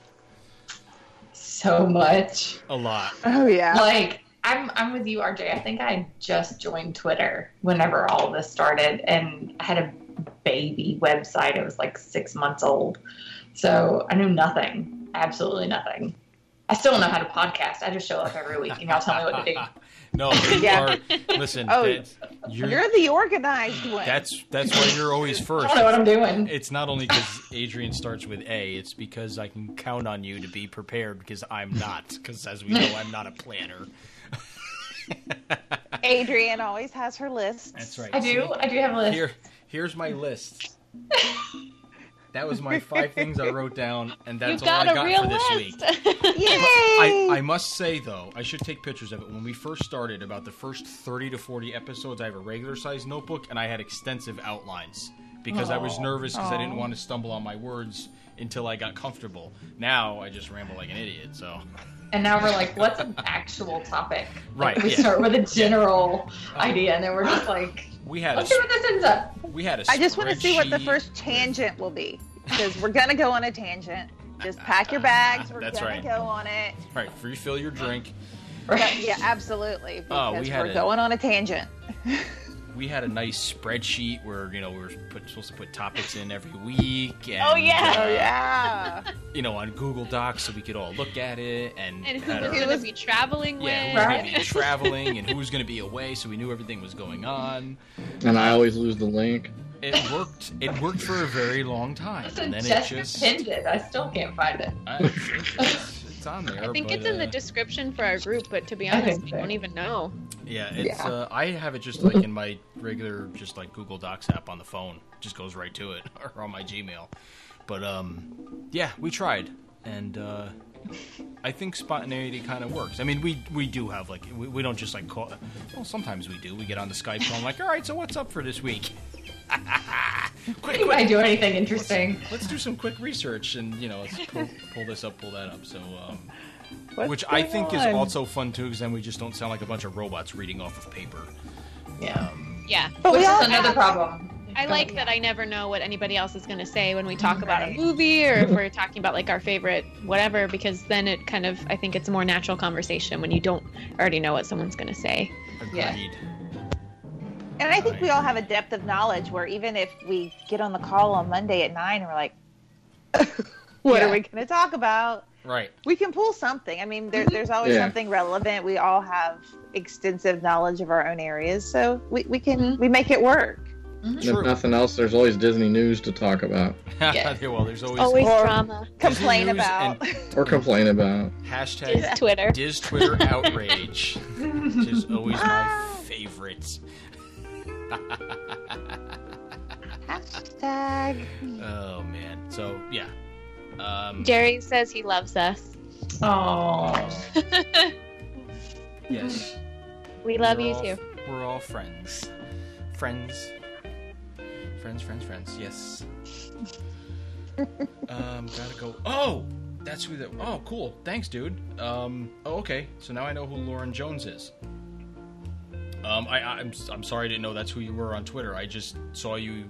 so much. A lot. Oh, yeah. Like I'm I'm with you, RJ. I think I just joined Twitter whenever all this started, and I had a baby website. It was like six months old, so I knew nothing, absolutely nothing. I still don't know how to podcast. I just show up every week, and y'all tell me what to do. (laughs) no, you Yeah. are- listen, Oh, that's, you're, You're the organized one. that's that's why you're always I first. don't know what I'm doing. It's not only because Adrian starts with A, it's because I can count on you to be prepared because I'm not. Because as we know, I'm not a planner. Adrian always has her lists. That's right. I do. I do have a list. Here, here's my list. That was my five things I wrote down, and that's You've got, all I got a real for this week. list. Yay! I, I must say though, I should take pictures of it. When we first started, about the first thirty to forty episodes, I have a regular size notebook and I had extensive outlines because I was nervous because I didn't want to stumble on my words until I got comfortable. Now I just ramble like an idiot. So And now we're like, what's an actual topic? Right, We yeah. start with a general idea, and then we're just like, we had a, let's see s- where this ends up. we had a. I just want to see what the spreadsheet. first tangent will be because we're gonna go on a tangent. Just pack your bags. We're That's gonna right. go on it. All right, refill your drink. Right. (laughs) Yeah, absolutely. Oh, Because we had we're a- going on a tangent. We had a nice spreadsheet where you know we were put, supposed to put topics in every week. And, yeah. uh, (laughs) Oh yeah. You know, on Google Docs so we could all look at it and (laughs) and who had was our- going to be traveling Yeah, with? who was Right. going to be traveling and who was going to be away, so we knew everything was going on. And I always lose the link. It worked. It worked for a very long time, It's and then it just just. appended. I still can't find it. I- it's, it's on there. (laughs) I think but, it's in the uh, description for our group, but to be I honest, think we so. don't even know. yeah, it's. Uh, I have it just like in my regular, just like Google Docs app on the phone. Just goes right to it, (laughs) or on my Gmail. But um, yeah, we tried, and uh, I think spontaneity kind of works. I mean, we we do have like we, we don't just like call. Well, sometimes we do. We get on the Skype phone like, all right, so what's up for this week? (laughs) quick, (laughs) Did quick, I do anything interesting? let's do some quick research and you know let's pull, pull this up pull that up so um, What's which i going think is on? also fun too because then we just don't sound like a bunch of robots reading off of paper Yeah. Yeah. But Which we is all another have- problem. I like that I never know what anybody else is going to say when we talk about a movie or if we're talking about like our favorite whatever, because then it kind of, I think it's a more natural conversation when you don't already know what someone's going to say. agreed Yeah. And I think we all have a depth of knowledge where even if we get on the call on Monday at nine and we're like, (laughs) what Yeah. are we going to talk about? right We can pull something. I mean, Mm-hmm. there, there's always Yeah. something relevant. We all have extensive knowledge of our own areas, so we, we can Mm-hmm. we make it work. And True. If nothing else, there's always Disney news to talk about (laughs) Yes. well there's always, Always Or- drama Complain news about. or complain about. hashtag is Twitter. diz twitter outrage which is always (laughs) my favorite Hashtag. oh man so yeah um Jerry says he loves us. Oh. yes We love you all, too. we're all friends friends friends friends friends (laughs) yes um gotta go oh that's who that oh cool thanks dude um oh okay so now i know who lauren jones is um i i'm, I'm sorry i didn't know that's who you were on twitter i just saw you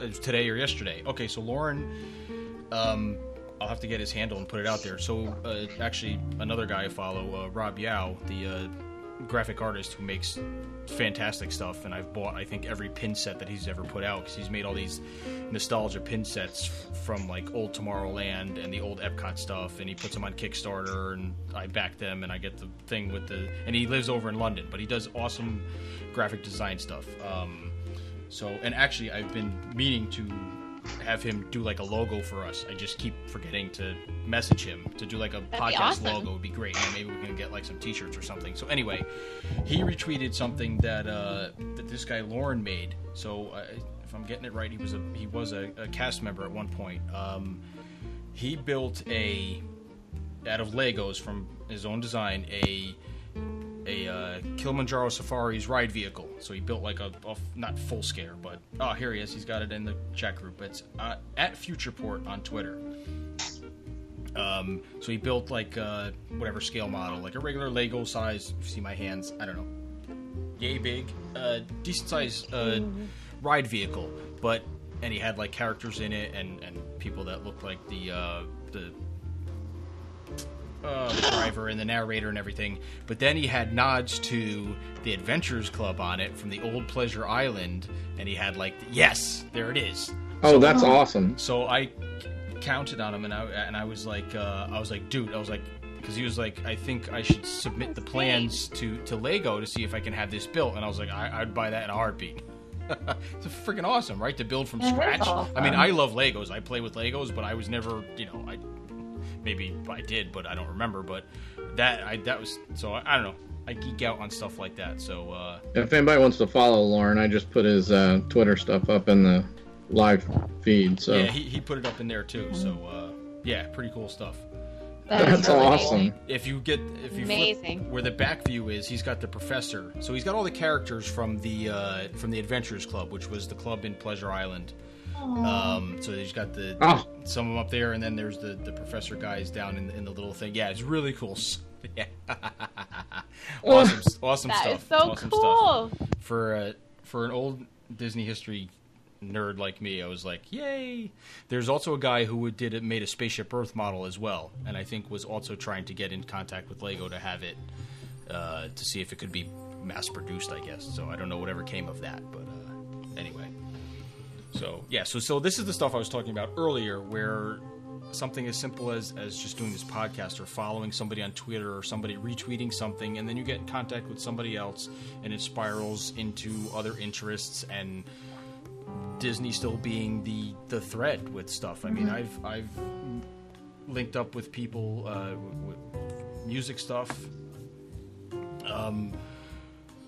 t- today or yesterday okay so lauren um I'll have to get his handle and put it out there. So, uh, actually, another guy I follow, uh, Rob Yao, the uh, graphic artist who makes fantastic stuff, and I've bought I think every pin set that he's ever put out because he's made all these nostalgia pin sets f- from like old Tomorrowland and the old Epcot stuff, and he puts them on Kickstarter, and I back them, and I get the thing with the and he lives over in London, but he does awesome graphic design stuff. Um, so, and actually, I've been meaning to have him do like a logo for us. I just keep forgetting to message him to do like a be podcast awesome. logo would be great. And maybe we can get like some T-shirts or something. So anyway, he retweeted something that uh, that this guy Lauren made. So uh, if I'm getting it right, he was a he was a, a cast member at one point. Um, he built a out of Legos from his own design a a uh, Kilimanjaro Safari's ride vehicle. So he built like a, a f- not full scale, but oh here he is. He's got it in the chat group. It's uh, at Futureport on Twitter. Um, so he built like uh, whatever scale model, like a regular Lego size. if you see my hands? I don't know. Yay big, uh, decent size uh, ride vehicle, but and he had like characters in it and and people that looked like the uh, the uh, driver and the narrator and everything. But then he had nods to the Adventurers Club on it from the old Pleasure Island, and he had like, yes, there it is. Oh, that's awesome. So I counted on him, and I and I was like, uh, I was like, dude, I was like, because he was like, I think I should submit the plans to to Lego to see if I can have this built, and I was like, I, I'd buy that in a heartbeat. (laughs) it's freaking awesome, right? To build from That is scratch. I mean, awesome. I love Legos. I play with Legos, but I was never, you know, I maybe I did, but I don't remember. But that I that was so I, I don't know. I geek out on stuff like that. So uh, If anybody wants to follow Lauren, I just put his uh, Twitter stuff up in the live feed. So yeah, he, he put it up in there too. So uh, yeah, pretty cool stuff. That is that's really awesome. if you get if you flip Amazing. where the back view is he's got the professor so he's got all the characters from the uh, from the adventurers club which was the club in pleasure island um, so he's got the Oh, some of them up there and then there's the the professor guys down in, in the little thing yeah it's really cool (laughs) S- yeah awesome s- awesome That stuff is so awesome stuff cool. for uh, for an old Disney history nerd like me, I was like, "Yay!" There's also a guy who did it, made a spaceship Earth model as well, and I think was also trying to get in contact with Lego to have it uh, to see if it could be mass produced. I guess so. I don't know whatever came of that, but uh, anyway. So yeah, so so this is the stuff I was talking about earlier, where something as simple as as just doing this podcast or following somebody on Twitter or somebody retweeting something, and then you get in contact with somebody else, and it spirals into other interests and Disney still being the the thread with stuff. I mean, I've I've linked up with people uh, with, with music stuff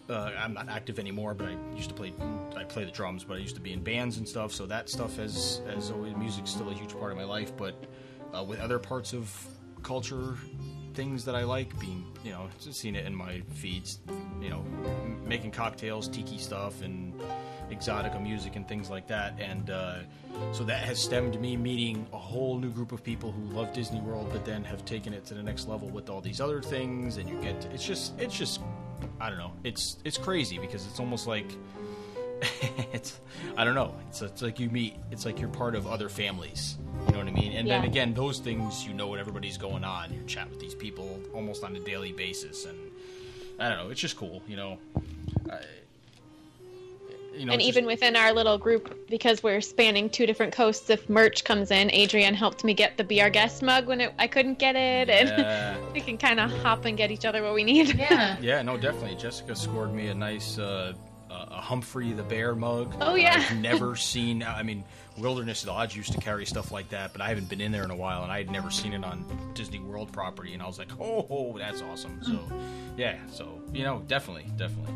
uh, I'm not active anymore, but I used to play. I play the drums, but I used to be in bands and stuff. So that stuff has as always, music's still a huge part of my life. But uh, with other parts of culture, things that I like, being you know, just seeing it in my feeds, you know, m- making cocktails, tiki stuff, and exotica music and things like that. And uh, so that has stemmed me meeting a whole new group of people who love Disney World, but then have taken it to the next level with all these other things. And you get to, it's just it's just I don't know. It's it's crazy because it's almost like (laughs) it's I don't know. It's, it's like you meet. It's like you're part of other families. You know what I mean? And then Yeah. again, those things you know what everybody's going on. You chat with these people almost on a daily basis, and I don't know. It's just cool, you know. I, you know, and it's even within our little group, because we're spanning two different coasts, if merch comes in, Adrian helped me get the Be Our Guest mug when it, I couldn't get it. just, And yeah, (laughs) we can kind of hop and get each other what we need. Yeah. yeah, no, definitely. Jessica scored me a nice uh, uh, a Humphrey the Bear mug. Oh, yeah. I've never seen. I mean, Wilderness Lodge used to carry stuff like that, but I haven't been in there in a while, and I had never seen it on Disney World property. And I was like, oh, oh, that's awesome. So, yeah, so you know, definitely, definitely.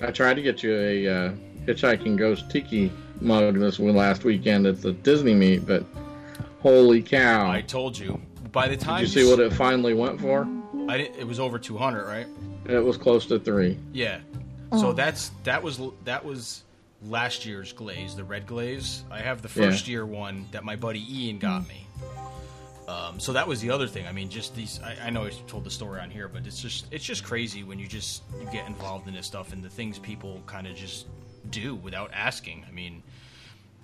I tried to get you a uh, hitchhiking ghost tiki mug this last weekend at the Disney meet, but holy cow! I told you. By the Did time you see what it finally went for? I didn't, it was over 200, right? It was close to three. Yeah. So that's that was that was last year's glaze, the red glaze. I have the Yeah. first year one that my buddy Ian got me. Um, so that was the other thing. I mean, just these. I, I know I told the story on here, but it's just it's just crazy when you just you get involved in this stuff and the things people kind of just do without asking. I mean,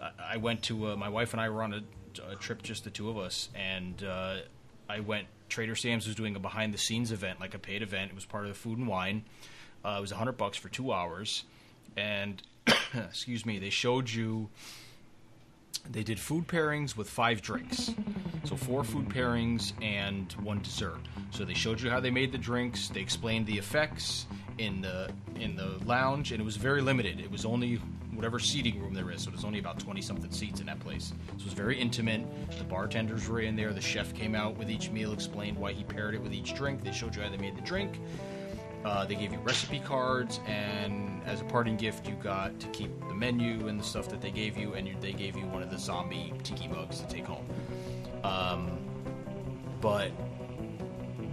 I- I went to uh, my wife and I were on a, a trip, just the two of us, and uh, I went. Trader Sam's was doing a behind the scenes event, like a paid event. It was part of the food and wine. Uh, it was hundred bucks for two hours, and (coughs) excuse me, they showed you. They did food pairings with five drinks, so four food pairings and one dessert. So they showed you how they made the drinks. They explained the effects in the in the lounge, and it was very limited. It was only whatever seating room there is. So there's only about twenty something seats in that place. So it was very intimate. The bartenders were in there. The chef came out with each meal, explained why he paired it with each drink. They showed you how they made the drink. Uh, they gave you recipe cards, and as a parting gift, you got to keep the menu and the stuff that they gave you, and you, they gave you one of the zombie tiki mugs to take home. Um, but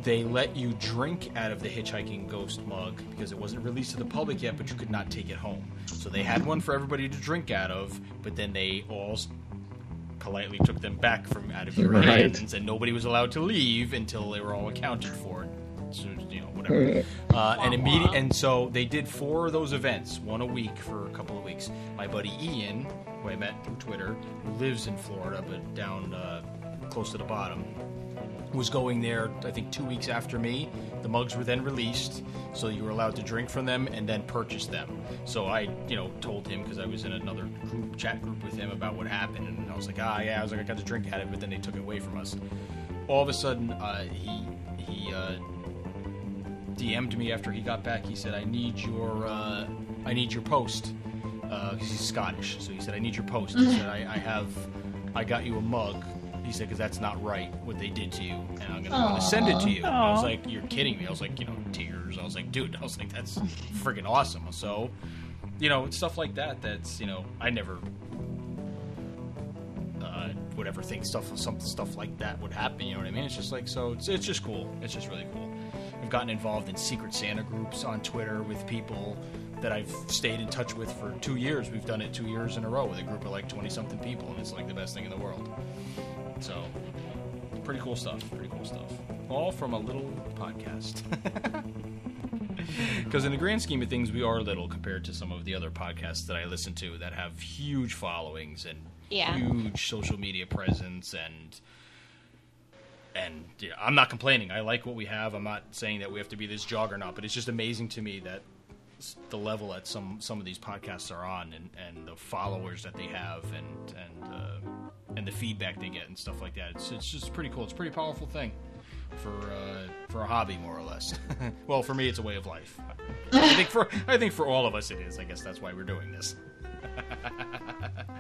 they let you drink out of the hitchhiking ghost mug because it wasn't released to the public yet, but you could not take it home. So they had one for everybody to drink out of, but then they all s- politely took them back from out of your Right. hands, and nobody was allowed to leave until they were all accounted for. So, you know, whatever. Uh, and immediate, and so they did four of those events, one a week for a couple of weeks. My buddy Ian, who I met through Twitter, who lives in Florida but down uh, close to the bottom, was going there, I think, two weeks after me. The mugs were then released, so you were allowed to drink from them and then purchase them. So I, you know, told him because I was in another group chat group with him about what happened, and I was like, ah, yeah, I was like, I got to drink at it, but then they took it away from us. All of a sudden, uh, he he uh, DM'd me after he got back. He said, I need your uh, I need your post. Uh, 'cause he's Scottish, so he said, I need your post. He said, I, I have, I got you a mug. He said, because that's not right what they did to you, and I'm gonna, I'm gonna send it to you. And I was like, you're kidding me. I was like, you know, tears. I was like, dude. I was like, that's freaking awesome. So, you know, it's stuff like that. That's you know, I never, uh, would ever think stuff some stuff like that would happen. You know what I mean? It's just like so. It's it's just cool. It's just really cool. I've gotten involved in secret Santa groups on Twitter with people that I've stayed in touch with for two years. We've done it two years in a row with a group of like 20 something people, and it's like the best thing in the world. So, pretty cool stuff. Pretty cool stuff. All from a little podcast. (laughs) Because in the grand scheme of things, we are little compared to some of the other podcasts that I listen to that have huge followings and Yeah. huge social media presence and and yeah, I'm not complaining. I like what we have. I'm not saying that we have to be this juggernaut, but it's just amazing to me that s- the level that some some of these podcasts are on and, and the followers that they have and and uh, and the feedback they get and stuff like that. It's it's just pretty cool. It's a pretty powerful thing for uh, for a hobby, more or less. (laughs) well, for me, it's a way of life. I think for I think for all of us, it is. I guess that's why we're doing this.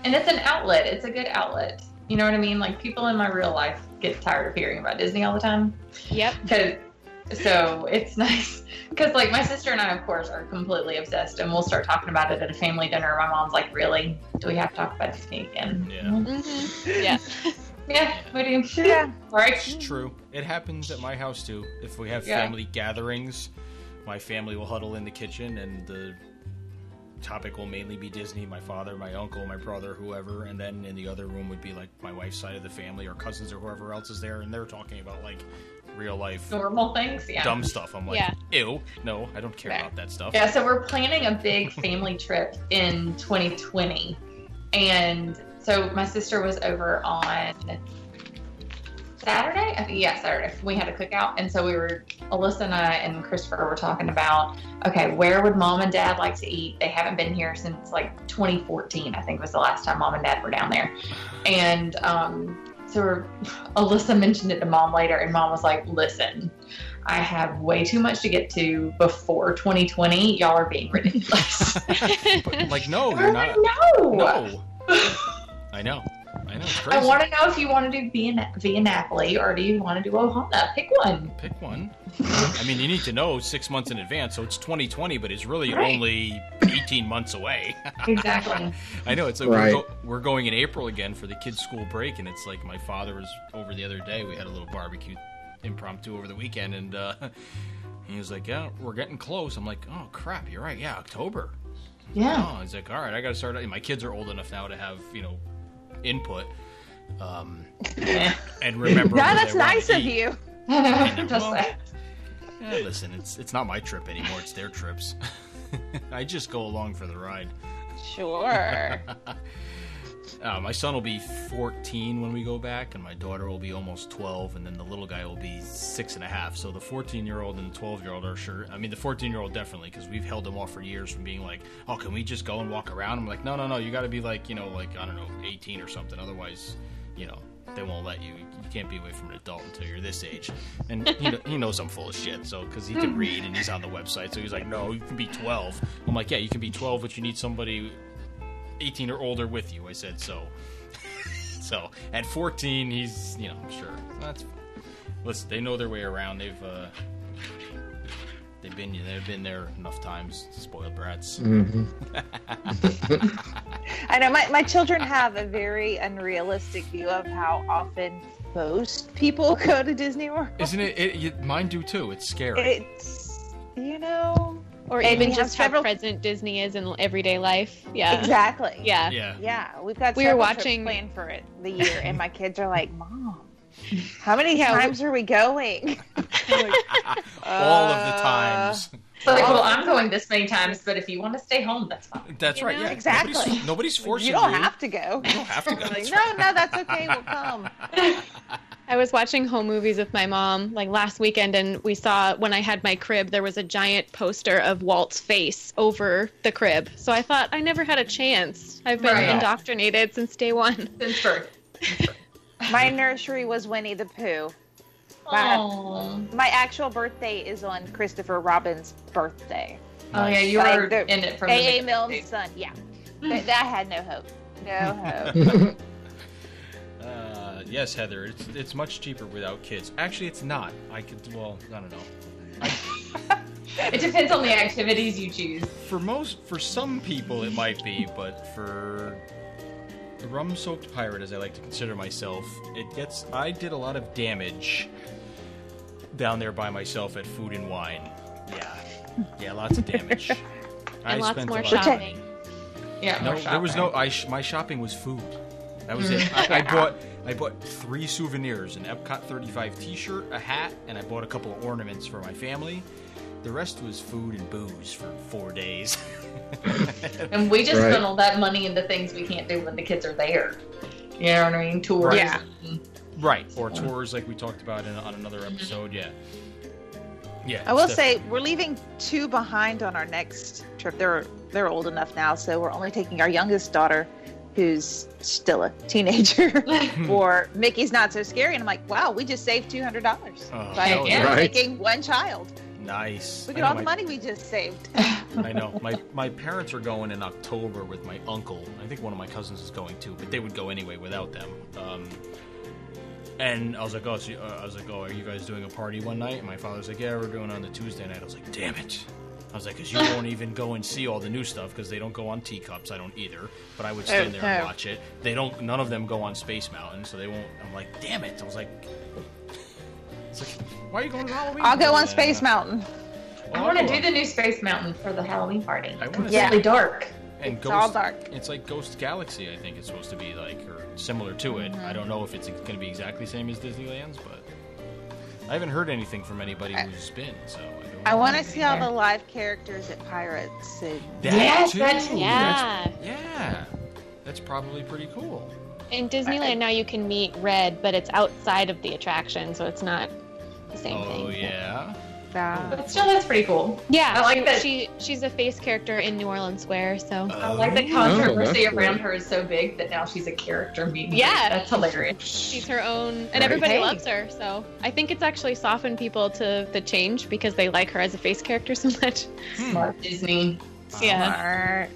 And it's an outlet. It's a good outlet. You know what I mean? Like people in my real life get tired of hearing about Disney all the time. Yep. Cause, so it's (laughs) nice because like my sister and I, of course, are completely obsessed, and we'll start talking about it at a family dinner. My mom's like, "Really? Do we have to talk about Disney again?" Yeah. (laughs) (laughs) Mm-hmm. Yeah. Yeah. What do you? (laughs) Yeah. Right. It's true. It happens at my house too. If we have Yeah. family gatherings, my family will huddle in the kitchen, and the topic will mainly be Disney. My father, my uncle, my brother, whoever, and then in the other room would be like my wife's side of the family or cousins or whoever else is there, and they're talking about like real life Normal things. Yeah. dumb stuff. I'm like, Yeah. ew, no, I don't care Fair. about that stuff. Yeah, so we're planning a big family trip in 2020. And so my sister was over on Saturday. I think, yeah, Saturday. We had a cookout. And so we were, Alyssa and I and Christopher were talking about, okay, where would mom and dad like to eat? They haven't been here since like 2014, I think was the last time mom and dad were down there. And um, so we're, (laughs) Alyssa mentioned it to mom later, and mom was like, listen, I have way too much to get to before 2020. Y'all are being (laughs) ridiculous. But, like, (laughs) no, (laughs) We're you're like, not. no. No. (laughs) I know. I know. It's crazy. I want to know if you want to do Via, Via Napoli or do you want to do Ohana? Pick one. Pick one. I mean, you need to know six months in advance, so it's 2020, but it's really Right. only 18 months away. (laughs) Exactly. I know. It's like Right. we're, go- we're going in April again for the kids' school break, and it's like my father was over the other day. We had a little barbecue impromptu over the weekend, and uh, (laughs) he was like, "Yeah, we're getting close." I'm like, "Oh crap, you're right. Yeah, October." yeah. Oh, he's like, all right, I gotta start. My kids are old enough now to have you know input um, yeah. and remember. Yeah, what that's they wanna nice of eat. you. (laughs) I'm just like, Eh, listen, it's it's not my trip anymore. It's their trips. (laughs) I just go along for the ride. Sure. Uh, my son will be 14 when we go back, and my daughter will be almost 12, and then the little guy will be six and a half. So the 14 year old and the 12 year old are sure. I mean, the 14 year old definitely, because we've held him off for years from being like, oh, can we just go and walk around? I'm like, no, no, no, you got to be like, you know, like, I don't know, 18 or something. Otherwise, you know, they won't let you. You can't be away from an adult until you're this age. And he, kn- he knows I'm full of shit, so, because he can read and he's on the website. So he's like, no, you can be 12. I'm like, yeah, you can be 12, but you need somebody 18 or older with you. I said so. (laughs) so at 14, he's you know sure that's fine. listen. They know their way around. They've uh, they've been they've been there enough times. Spoiled brats. hmm I know my, my children have a very unrealistic view of how often most people (laughs) go to Disney World. Isn't it, it, it? Mine do too. It's scary. It's you know (laughs) or And we even have just how several- present Disney is in everyday life. Yeah. exactly. Yeah. yeah. Yeah, we've got. We were several trips watching- planned for it the year, and my kids are like, "Mom, how many Yeah, we- times are we (laughs) going?" All of the times. Uh, it's like, well, I'm going this many times, but if you want to stay home, that's fine. (laughs) That's You right. know, yeah. exactly. Nobody's, nobody's forcing Uh, you don't (laughs) you. have to go. You don't have to go. Like, That's no, no, that's okay. We'll come. I I was watching home movies with my mom like last weekend, and we saw when I had my crib, there was a giant poster of Walt's face over the crib. So I thought I never had a chance. I've been Right. indoctrinated since day one. Since birth. My nursery was Winnie the Pooh. Oh, My actual birthday is on Christopher Robin's birthday. oh yeah, you Like were the- in it from the A.A. beginning. Milne's son, yeah. But I had no hope. (laughs) No hope. Uh, yes, Heather, it's it's much cheaper without kids. Actually, it's not. I could well, I don't know. It depends on the activities you choose. For most, for some people, it might be, but for the rum-soaked pirate, as I like to consider myself, it gets. I did a lot of damage down there by myself at Food and Wine. Yeah, yeah, lots of (laughs) damage. I And lots spent more a lot of shopping. Yeah, No, more there was no. shopping. I sh- my shopping was food. That was it. Mm. I, I bought I bought three souvenirs: an Epcot 35 T-shirt, a hat, and I bought a couple of ornaments for my family. The rest was food and booze for four days. (laughs) And we just Right. spent all that money into things we can't do when the kids are there. You know what I mean? Tours. Mm-hmm. Yeah. right. Or tours, like we talked about in, on another episode. Yeah. Yeah. Mm-hmm. I will it's say we're leaving two behind on our next trip. They're they're old enough now, so we're only taking our youngest daughter, who's still a (laughs) teenager, (laughs) for Mickey's not so scary. And I'm like, wow, we just saved two hundred dollars Oh, by hell yeah. Right. taking one child. def- nice. Look I at know all the my- money we just (laughs) saved. I know. My my parents are going in October with my uncle. I think one of my cousins is going too, but they would go anyway without them. Um, and I was like, oh, so, uh, I was like, oh, are you guys doing a party one night? And my father's like, yeah, we're doing it on the Tuesday night. I was like, damn it. I was like, because you won't even go and see all the new stuff because they don't go on teacups. I don't either, but I would stand there and no. watch it. They don't. None of them go on Space Mountain, so they won't. I'm like, damn it. I was like, (laughs) it's like, why are you going to Halloween? I'll go on Yeah. Space Mountain. I Well, want to I'll go do on- the new Space Mountain for the Halloween party. I wanna Completely see it. dark. And It's Ghost, all dark. It's like Ghost Galaxy, I think it's supposed to be like, or similar to it. Mm-hmm. I don't know if it's going to be exactly same as Disneyland's, but I haven't heard anything from anybody who's been. So I, don't I know. want to see all the live characters at Pirates. And That Yes, too. that's- Yeah. That's, yeah. That's probably pretty cool. In Disneyland now, you can meet Red, but it's outside of the attraction, so it's not the same oh thing. yeah. But still, that's pretty cool. Yeah, I like she, that- she she's a face character in New Orleans Square, so I like the Oh, controversy that's around great. her is so big that now she's a character meeting. Yeah. That's hilarious. she's her own, and Right. everybody Hey. loves her. So I think it's actually softened people to the change because they like her as a face character (laughs) so much. Hmm. Smart Disney. Oh, Yeah. Smart.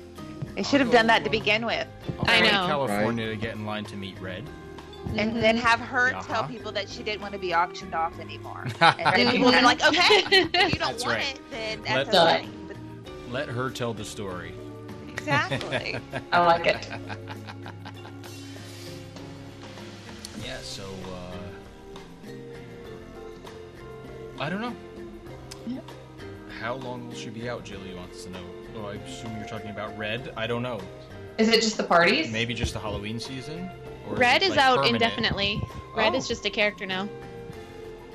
They should have done that to begin with, I'll I go to know. California to get in line to meet Red. Mm-hmm. and (laughs) then have her tell Uh-huh. people that she didn't want to be auctioned off (laughs) anymore. And then people would be like, okay, if you don't That's want right. it, then Let's- (laughs) that's okay. But- Let her tell the story. (laughs) Exactly. I like it. Yeah. So uh, I don't know. How long will she be out? Jilly wants to know. Oh, I assume you're talking about Red. I don't know. Is it just the parties? Maybe just the Halloween season. Or Red it, is like, out permanent? indefinitely. Red Oh. is just a character now.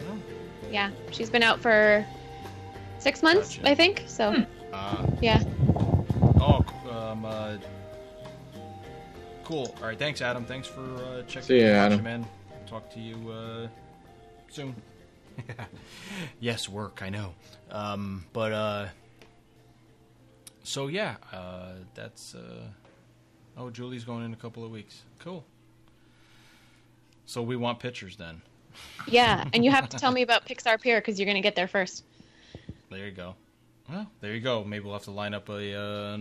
Oh, Yeah, she's been out for six months, Gotcha. I think. So Uh, yeah, oh, c- um, uh, cool. All right, thanks, Adam. Thanks for uh, checking. See ya, watching, Adam. Man, talk to you uh, soon. (laughs) yes, work. I know. Um, but uh, so yeah, uh, that's. Uh, oh, Julie's going in a couple of weeks. Cool. So we want pictures then. yeah, and you have to tell me about Pixar Pier because you're gonna get there first. There you go. Well, there you go. Maybe we'll have to line up a uh,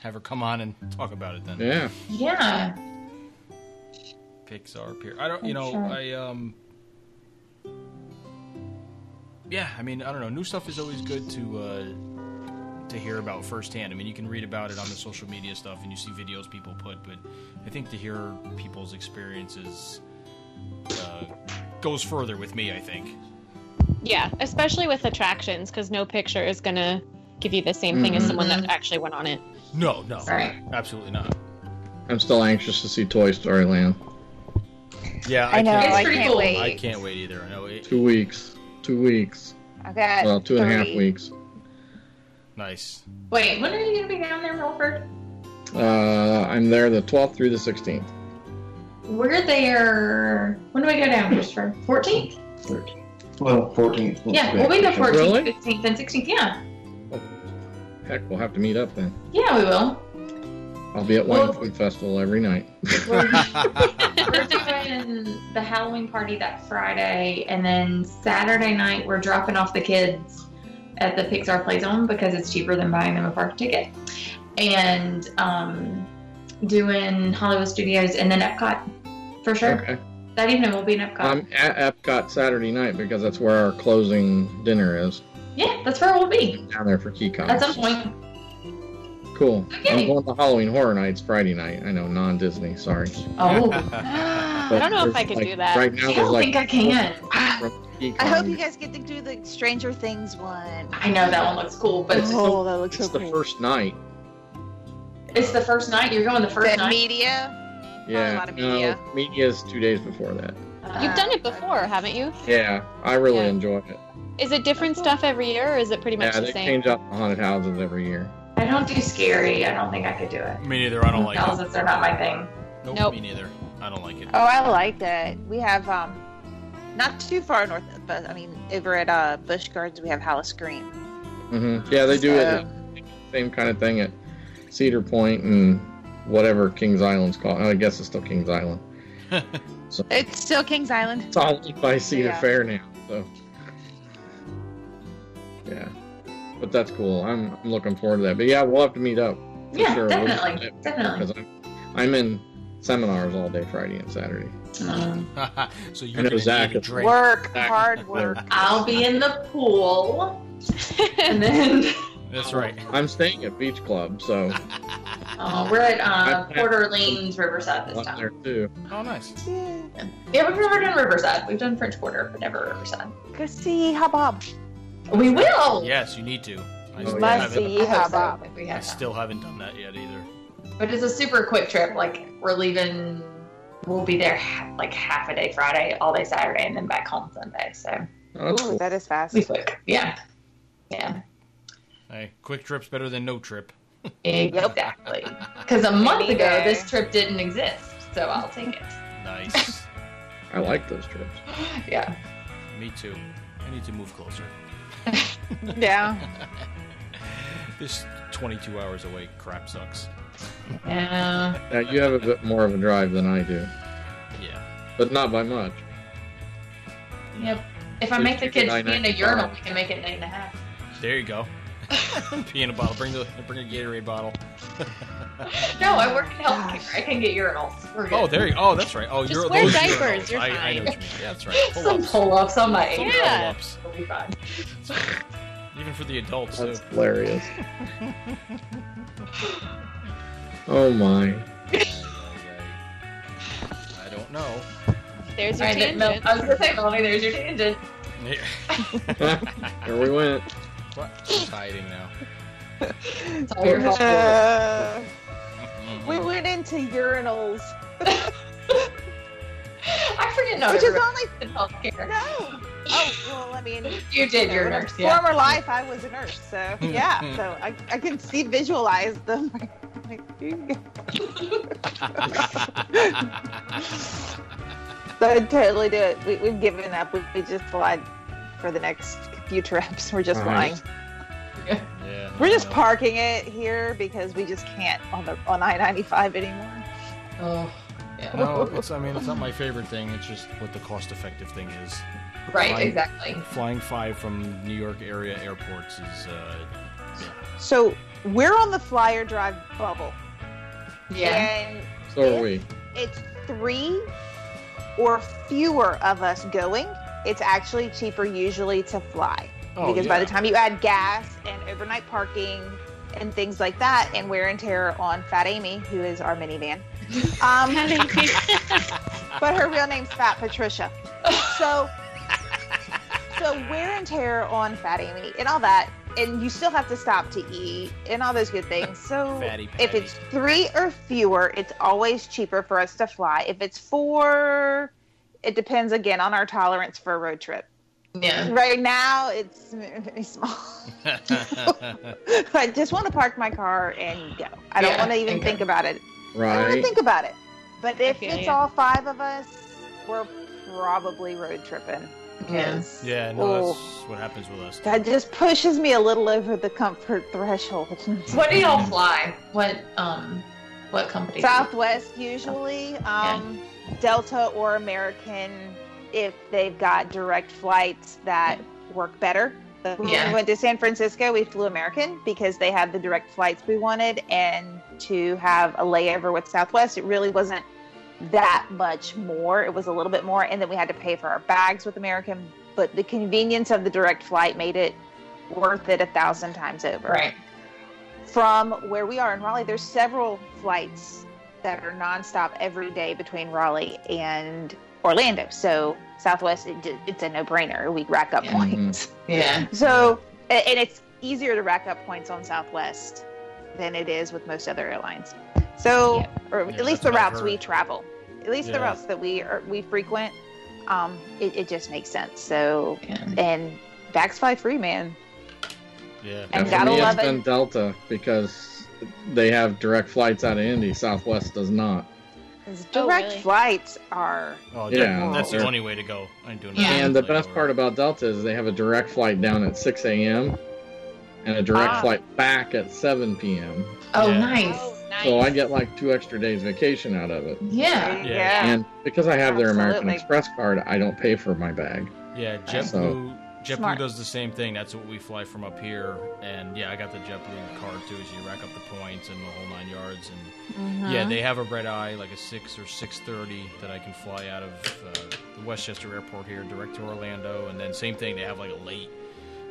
have her come on and talk about it then. yeah. Yeah. Pixar Pier. I don't, you I'm know, sure. I um. Yeah, I mean, I don't know. New stuff is always good to uh, to hear about firsthand. I mean, you can read about it on the social media stuff, and you see videos people put, but I think to hear people's experiences uh, goes further with me. I think. Yeah, especially with attractions because no picture is gonna give you the same thing as someone that actually went on it. No, no, Right. absolutely not. I'm still anxious to see Toy Story Land. Yeah, I know. It's I Can't, pretty can't cool. wait. I can't wait either. I know. It, Two weeks. Two weeks. I got Well, two and a half three. weeks. nice. Wait, when are you going to be down there, Milford? Uh, I'm there the 12th through the 16th. We're there. When do we go down, Christopher? 14th? Well, 14th. looks Yeah, good. we'll be there 14th, Really? 15th, and 16th. Yeah. Heck, we'll have to meet up then. Yeah, we will. I'll be at Well- Wine Food Festival every night. We're, we're doing the Halloween party that Friday, and then Saturday night we're dropping off the kids at the Pixar Play Zone because it's cheaper than buying them a park ticket, and um, doing Hollywood Studios, and then Epcot for sure. Okay. Um, That evening we'll be in Epcot. I'm at Epcot Saturday night because that's where our closing dinner is. yeah, that's where we'll be Down there for KeyCon. at some point. Cool. I'm Okay. going to Halloween Horror Nights Friday night. I know, non Disney, sorry. (laughs) Oh, I don't know if I could do that. Right now, I there's don't like. think I can. I hope you guys get to do the Stranger Things one. I know that one looks cool, but it's, Oh, that looks It's so the cool. first night. it's the first night. You're going the first The night. media. Yeah. lot of media. No, media's two days before that. Uh, You've done it before, haven't you? Yeah, I really Yeah. enjoy it. Is it different stuff every year, or is it pretty much Yeah, the they same? change up the haunted houses every year. I don't do scary. I don't think I could do it. me neither. I don't like it. Thousands are not my thing. Nope, Nope. Me neither. I don't like it. (laughs) Oh, I like that. We have um, not too far north, but I mean over at uh Bush Gardens we have House Green. hmm Yeah, they do it. Same kind of thing at Cedar Point and whatever Kings Island's called. I guess it's still Kings Island. It's still Kings Island. It's all owned by Cedar Yeah. Fair now, so yeah. But that's cool. I'm, I'm looking forward to that. But yeah, we'll have to meet up. for Yeah, sure. We'll definitely, meet up definitely. Because I'm, I'm in seminars all day Friday and Saturday. Um, so I you're know gonna Zach need a is- drink. Work Back (laughs) hard there. work. I'll be in the (laughs) pool, and then That's right. I'm staying at Beach (laughs) Club, so uh, we're at uh, I- Porter Lanes Riverside this I'm time. there too. Oh, nice. Yeah, we've never done Riverside. We've done French Quarter, but never Riverside. Go see Hubbub. We will. Yes, you need to. I Oh, still, yeah. haven't, I hope so, Hubbub. if we I have still haven't done that yet either. time. But it's a super quick trip. Like we're leaving. We'll be there ha- like half a day Friday, all day Saturday, and then back home Sunday. So Oh, that's Ooh, cool. that is fast. we quick. Yeah. Yeah. Hey, quick trip's better than no trip. Exactly. Because a month Any ago, day. this trip didn't exist, so I'll take it. Nice. I like those trips. Yeah. Me too. I need to move closer. (laughs) Yeah. This 22 hours away crap sucks. Yeah. Now Uh, you have a bit more of a drive than I do, Yeah. but not by much. Yep. If I make the kids Nine pee in a ninety-five. urinal, we can make it nine and a half. There you go. (laughs) Pee in a bottle. Bring the bring a Gatorade bottle. No, I work in healthcare. I can get urinals. We're good. Oh, there you. Oh, that's right. Oh, Just you're wear those diapers, urinals. you're I, I know fine. what you mean. Yeah, that's right. Pull (laughs) Some ups. pull ups. I'm like, Some yeah, pull ups. we'll be fine. Even for the adults too. That's (laughs) hilarious. oh (laughs) my. I don't know. (laughs) There's All your right, then, Mel- tangent. I was gonna say, Melanie, there's your tangent. There we went. what? It's hiding now. It's all (laughs) your fault. Uh, we went into urinals, I forget no. which is only in healthcare. no. Oh well, I mean, (laughs) You did. you You're a know, in nurse. Yeah. Hmm, former life I was a nurse, (laughs) so yeah. so I, I can see visualize them. (laughs) Like, (laughs) I totally do it. We, we've given up. We, we just lied for the next few trips. We're just Nice. lying. Yeah. We're just part. parking it here because we just can't on the on I ninety five anymore. Oh, yeah. No, it's. I mean, it's not my favorite thing. It's just what the cost-effective thing is. Right. Fine. Exactly. Flying five from New York area airports is. Uh, So we're on the flyer drive bubble, Yeah. and So are we. it's three or fewer of us going. It's actually cheaper usually to fly oh, because by the time you add gas and overnight parking and things like that, and wear and tear on Fat Amy, who is our minivan. Um, but her real name's Fat Patricia. So, so wear and tear on Fat Amy and all that, and you still have to stop to eat and all those good things. So, Fatty if patty. it's three or fewer, it's always cheaper for us to fly. If it's four, it depends again on our tolerance for a road trip. Yeah. Right now, it's very small. (laughs) I just want to park my car and go. I don't Yeah, want to even and go. think about it. I don't want to Right. think about it. But if feel it's ya. all five of us, we're probably road tripping. Because (laughs) Yeah, no, that's what happens with us. Oh. that just pushes me a little over the comfort threshold. (laughs) What do y'all fly? What um, what company? Southwest usually, um, Delta or American, if they've got direct flights that work better. But When Yeah. we went to San Francisco, we flew American because they had the direct flights we wanted, and to have a layover with Southwest, it really wasn't that much more. It was a little bit more, and then we had to pay for our bags with American. But the convenience of the direct flight made it worth it a thousand times over Right. from where we are in Raleigh, there's several flights that are nonstop every day between Raleigh and Orlando. So Southwest, it, ju- it's a no-brainer. We rack up Mm-hmm. Yeah. points. (laughs) Yeah. So, a- and it's easier to rack up points on Southwest than it is with most other airlines. So, Yeah. or Yeah, at least that's the what I've routes we heard. travel, at least the Yeah. routes that we are, we frequent, um, it, it just makes sense. So, Yeah. and bags fly free, man. Yeah. And for gotta me, love it's it. E been Delta because they have direct flights out of Indy. Southwest does not. 'Cause Oh, Direct really? flights are Oh, Yeah, yeah, that's the they're- only way to go. I ain't doing Yeah. And the best part about Delta is they have a direct flight down at 6 a.m. and a direct Ah. flight back at 7 p.m. Oh, Yeah. nice. Oh, nice. So I get like two extra days vacation out of it. Yeah. Yeah. And because I have their American Absolutely. Express card, I don't pay for my bag. Yeah, JetBlue. So- JetBlue Smart. does the same thing. That's what we fly from up here. And yeah, I got the JetBlue card too. So you rack up the points and the whole nine yards. And Mm-hmm. yeah, they have a red eye, like a six or six thirty, that I can fly out of uh, the Westchester Airport here, direct to Orlando. And then same thing, they have like a late,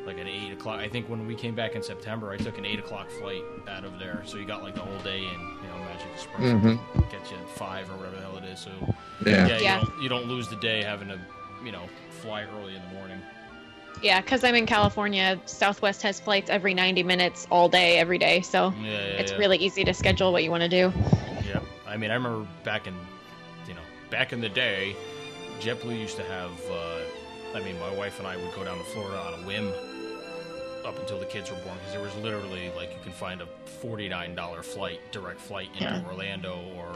like an eight o'clock. I think when we came back in September, I took an eight o'clock flight out of there. So you got like the whole day in. You know, Magic Express Mhm. gets you at five or whatever the hell it is. So yeah, Yeah. Yeah. You, don't, you don't lose the day having to, you know, fly early in the morning. (laughs) Yeah, because I'm in California, Southwest has flights every 90 minutes all day, every day. So Yeah, yeah, Oh, it's yeah. really easy to schedule what you want to do. Yeah, I mean, I remember back in, you know, back in the day, JetBlue used to have. Uh, I mean, my wife and I would go down to Florida on a whim, up until the kids were born, because there was literally like you can find a forty-nine dollar flight, direct flight into Yeah. Orlando or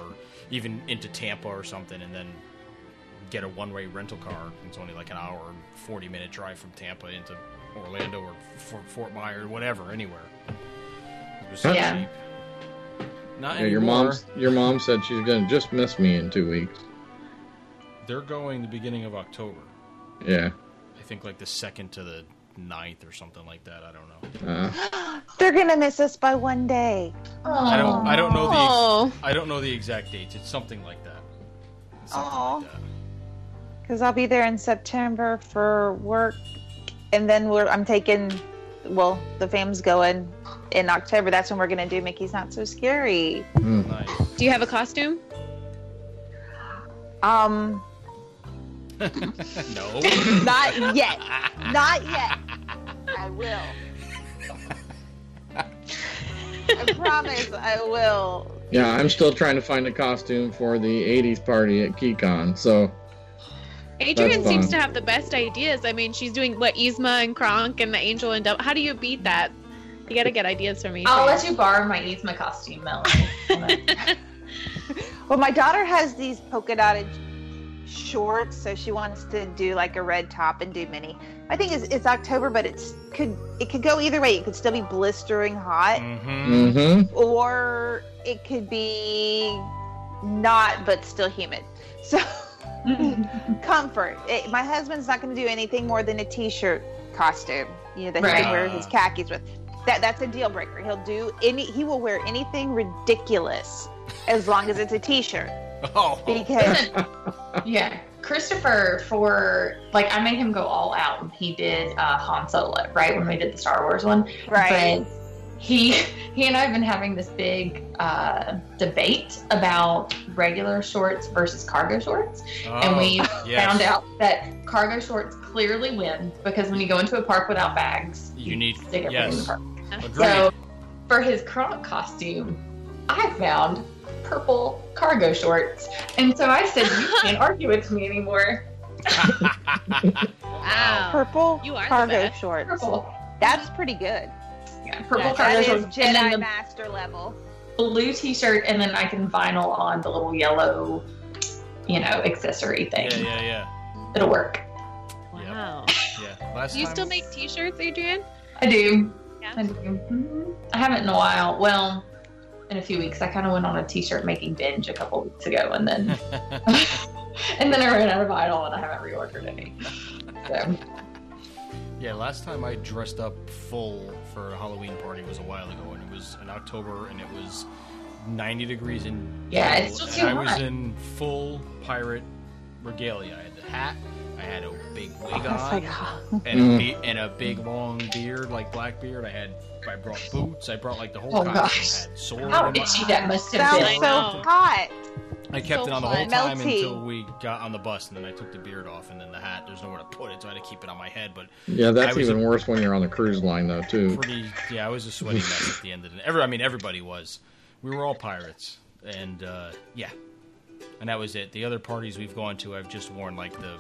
even into Tampa or something, and then get a one-way rental car. It's only like an hour and forty-minute drive from Tampa into Orlando or Fort, Fort Myers, whatever, anywhere. It was so Yeah. cheap. Not Yeah, your anymore. mom's your mom said she's gonna just miss me in two weeks. They're going the beginning of October. Yeah. I think like the second to the 9th or something like that. I don't know. Uh, They're gonna miss us by one day. I don't. I don't know the. Oh, I don't know the exact dates. It's something like that. It's something Aw. like that. Cause I'll be there in September for work, and then we're I'm taking, well, the fam's going in October. That's when we're gonna do Mickey's Not So Scary. mm. Nice. (laughs) do you have a costume? Um, no. not yet, not yet. (laughs) I will. I promise I will. Yeah, I'm still trying to find a costume for the '80s party at KeyCon. So Adrian That's seems fine. to have the best ideas. I mean, she's doing what Yzma and Kronk and the Angel and Dove. How do you beat that? You got to get ideas from me. I'll (laughs) let you borrow my Yzma costume, Melanie. Well, my daughter has these polka dotted shorts, so she wants to do like a red top and do mini. I think it's, it's October, but it's could it could go either way. It could still be blistering hot, (laughs) Mm-hmm. hmm or it could be not, but still humid. (laughs) So comfort. It, my husband's not going to do anything more than a t-shirt costume. You know that he Right. can wear his khakis with. That that's a deal breaker. He'll do any. He will wear anything ridiculous as long as it's a t-shirt Oh. because. Yeah. Christopher, for like, I made him go all out when he did uh, Han Solo, right? When we did the Star Wars one. Right. But he, he and I have been having this big uh, debate about regular shorts versus cargo shorts. And we Oh. yes. found out that cargo shorts clearly win because when you go into a park without bags, You need- stick everything in the yes. park. Agreed. So for his Kronk costume, I found purple cargo shorts. And so I said, (laughs) You can't argue with me anymore. Wow. purple Um, You are the cargo best. shorts. Purple. That's pretty good. Yeah, purple Yeah, cargo That is shorts. and then Jedi the- Master level. blue T-shirt, and then I can vinyl on the little yellow, you know, accessory thing. Yeah, yeah, yeah. It'll work. Wow. Yeah. Last Do you time- still make T-shirts, Adrian? I do. Yeah. I do. Mhm. I haven't in a while. Well, in a few weeks. I kind of went on a T-shirt making binge a couple weeks ago, and (laughs) then (laughs) and then I ran out of vinyl, and I haven't reordered any. (laughs) So Yeah, last time I dressed up full for a Halloween party was a while ago, and it was in October, and it was 90 degrees in. Yeah, it's still and too I was hot. in full pirate regalia. I had the hat, I had a big wig It's Oh, like, on, and, Mm-hmm. a be- and a big long beard, like black beard. I had, I brought boots. I brought like the whole Oh, costume. gosh. I had sword. how in my- itchy that must have sounds been. I so know. (clears throat) hot. I kept so it on the fun. whole time Melty. until we got on the bus, and then I took the beard off, and then the hat. There's nowhere to put it, so I had to keep it on my head. But Yeah, that's I was even worse when you're on the cruise line though (laughs) too. pretty. Yeah, I was a sweaty mess at the end of the. Every, I mean, everybody was. We were all pirates, and uh, yeah, and that was it. The other parties we've gone to, I've just worn like the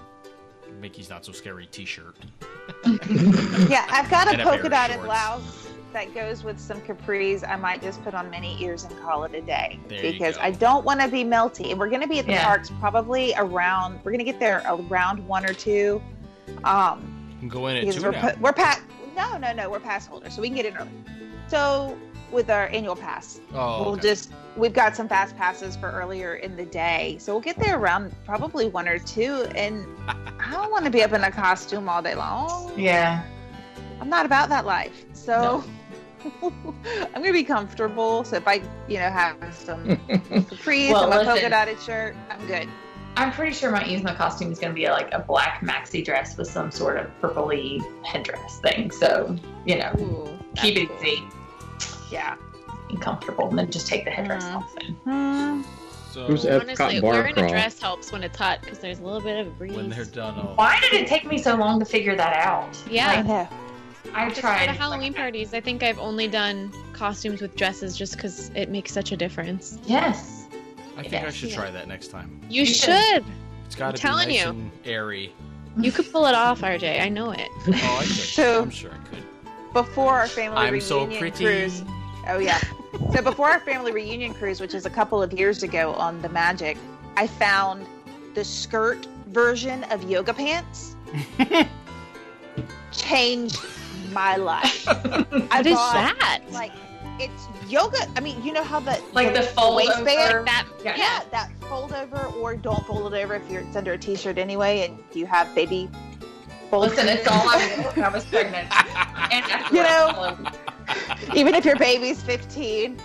Mickey's not so scary T-shirt. Yeah, I've got And a a pair of polka dotted shorts. blouse that goes with some capris. I might just put on many ears and call it a day There you because go. I don't want to be melty. And We're going to be at the Yeah. parks probably around. We're going to get there around one or two. Um, You can go in at because two we're now. pu- we're past. No, no, no. We're pass holders, so we can get in early. So with our annual pass, oh, we'll okay. just we've got some fast passes for earlier in the day, so we'll get there around probably one or two. And I don't want to be up in a costume all day long. Yeah. I'm not about that life. So (laughs) I'm gonna be comfortable. So if I, you know, have (laughs) some capris Well, and my polka listen. dotted shirt, I'm good. I'm pretty sure my Yzma costume is going to be like a black maxi dress with some sort of purpley headdress thing. So, you know, Ooh. keep it easy Yeah. and comfortable, and then just take the headdress Mhm. off. And Hmm. so Who's Epcot Honestly, bar wearing a crawl? dress helps when it's hot because there's a little bit of a breeze. when they're done. oh, I'll- why did it take me so long to figure that out? I yeah, know. I just for tried the Halloween parties, I think I've only done costumes with dresses just because it makes such a difference. Yes. I think I Yes. should try that next time. You, should. should. It's got to be telling nice you. and airy. You could pull it off, RJ. I (laughs) know it. Oh, I could. So- I'm sure I could. Before our family I'm reunion so pretty. cruise. Oh yeah. so before our family reunion cruise, which is a couple of years ago on the Magic, I found the skirt version of yoga (laughs) pants. Changed my (laughs) life. I What is bought, that? Like it's yoga. I mean, you know how the Like the fold waistband over. that Yeah. yeah, that fold over or don't fold it over if you're it's under a t-shirt anyway and you have baby fold (laughs) Listen, it's all I wore when I was pregnant. And after You know, Halloween. even if your baby's 15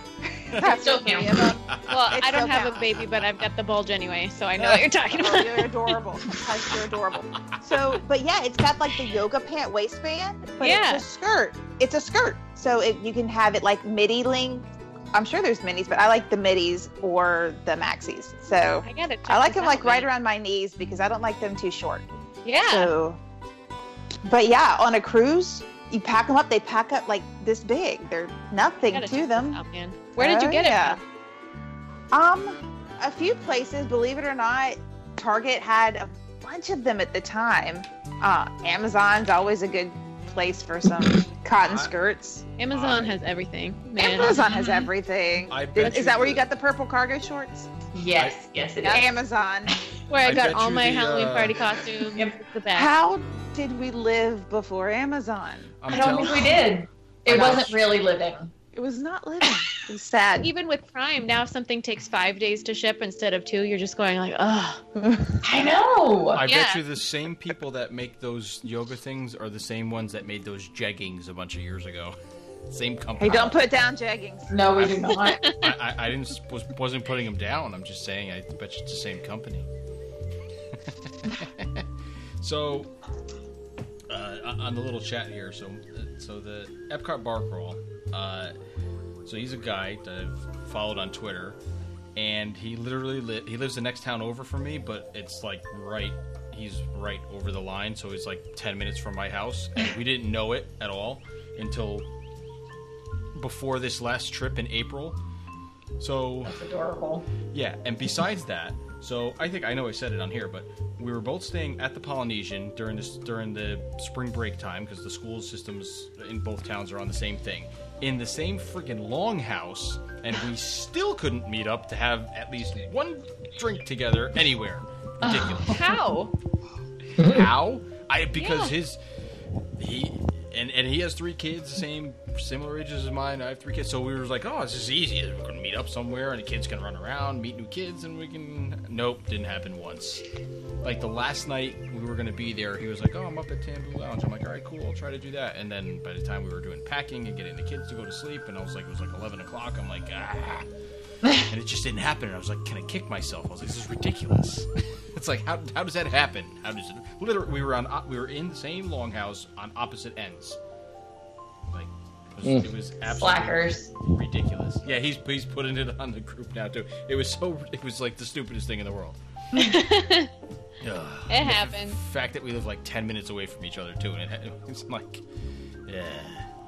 have still to worry counts. about- Well, It's I don't so have bad. a baby, but I've got the bulge anyway, so I know what you're talking oh, (laughs) about. you're (laughs) adorable Hush, you're adorable so but yeah it's got like the yoga pant waistband but Yeah. it's a skirt it's a skirt so it, you can have it like midi length i'm sure there's minis but i like the midis or the maxis so I gotta. Check i like this them like out, right man. around my knees because i don't like them too short Yeah. So, but yeah, on a cruise, you pack them up. They pack up like this big. They're nothing Gotta to check them. this out, man. Where did you Oh, get yeah. it? From? Um, a few places, believe it or not, Target had a bunch of them at the time. Uh, Amazon's always a good place (coughs) for some cotton skirts. Amazon I- has everything. Man. Mm-hmm. Amazon has everything. I bet Is you that where you the- got the purple cargo shorts? Yes, yes, it is. (laughs) Amazon. Where I, I got bet all you my the, Halloween uh, party costumes. Yep. The best. How did we live before Amazon? I'm I don't telling- think we did. It wasn't really living. It was not (laughs) living. It was sad. Even with Prime, now if something takes five days to ship instead of two, you're just going like, oh, I know. I bet Yeah. you the same people that make those yoga things are the same ones that made those jeggings a bunch of years ago. (laughs) Same Hey, company. don't put down jeggings. no, (laughs) we do not. I, I, I didn't was, wasn't putting them down. I'm just saying. I bet you it's the same company. (laughs) so, uh, on- on the little chat here, so uh, so the Epcot bar crawl. Uh, so he's a guy that I've followed on Twitter, and he literally li- he lives the next town over from me, but it's like right. He's right over the line, so he's like ten minutes from my house, and we didn't know it at all until before this last trip in April. So That's adorable. yeah, and besides that, So I think I know I said it on here, but we were both staying at the Polynesian during this during the spring break time because the school systems in both towns are on the same thing, in the same freaking longhouse, and we still couldn't meet up to have at least one drink together anywhere. Ridiculous. How? How? I because Yeah. his he and and he has three kids, the same similar ages as mine. I have three kids, so we were like, oh, this is easy. We're gonna meet up somewhere, and the kids can run around, meet new kids, and we can. Nope, didn't happen once. Like the last night we were gonna be there, he was like, oh, I'm up at Tambu Lounge. I'm like, all right, cool, I'll try to do that. And then by the time we were doing packing and getting the kids to go to sleep, and I was like, it was like 11 o'clock. I'm like, ah. And it just didn't happen. And I was like, can I kick myself? I was like, this is ridiculous. (laughs) It's like how, how does that happen? How does it? Literally, we were on o- we were in the same longhouse on opposite ends. Like it was, Mm. it was absolutely Slackers. ridiculous. Yeah, he's he's putting it on the group now too. It was so it was like the stupidest thing in the (laughs) world. it Ugh. happens. The fact that we live like ten minutes away from each other too, and it, it's like yeah,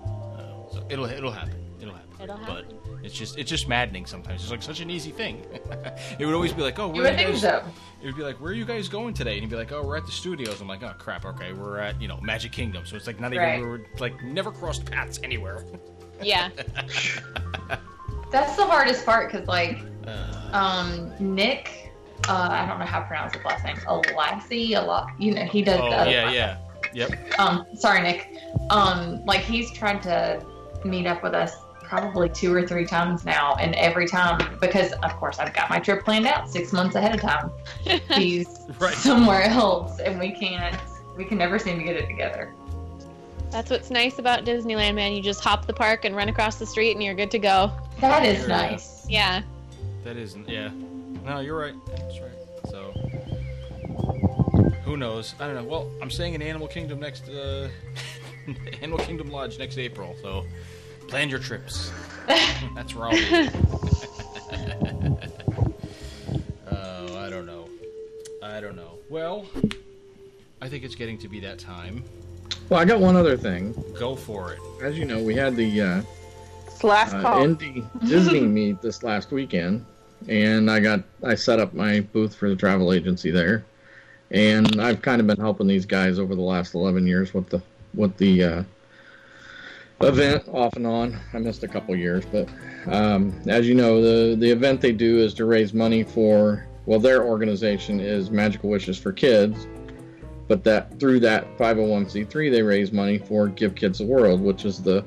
Uh, so it'll it'll happen. It'll happen. It'll happen. But it's just it's just maddening sometimes. It's like such an easy thing. (laughs) it would always be like, oh, You where would are you think guys- so. it would be like, "Where are you guys going today?" And he'd be like, "Oh, we're at the studios." I'm like, "Oh crap, okay, we're at you know Magic Kingdom." So it's like not even Right. we were like never crossed paths anywhere. Yeah. That's the hardest part because, like, Uh, um, Nick, uh, I don't know how to pronounce his last name, Alassi, a lot, you know, (laughs) he does oh the- yeah, yeah, yep. um sorry nick um like he's tried to meet up with us probably two or three times now and every time because of course i've got my trip planned out six months ahead of (laughs) time he's Right. somewhere else and we can't we can never seem to get it together That's what's nice about Disneyland, man. You just hop the park and run across the street and you're good to go. that is Sure. nice Yeah. That isn't. Yeah. No, you're right. That's right. So who knows? I don't know. Well, I'm staying in Animal Kingdom next uh, (laughs) Animal Kingdom Lodge next April. So plan your trips. That's where I'll be. (laughs) Oh, I don't know. I don't know. Well, I think it's getting to be that time. Well, I got one other thing. Go for it. As you know, we had the uh, It's last uh, call. Indy Disney (laughs) meet this last weekend, and I got I set up my booth for the travel agency there, and I've kind of been helping these guys over the last eleven years with the with the uh, event off and on. I missed a couple years, but um, as you know, the the event they do is to raise money for well, their organization is Magical Wishes for Kids. But that through that 501c3, they raise money for Give Kids the World, which is the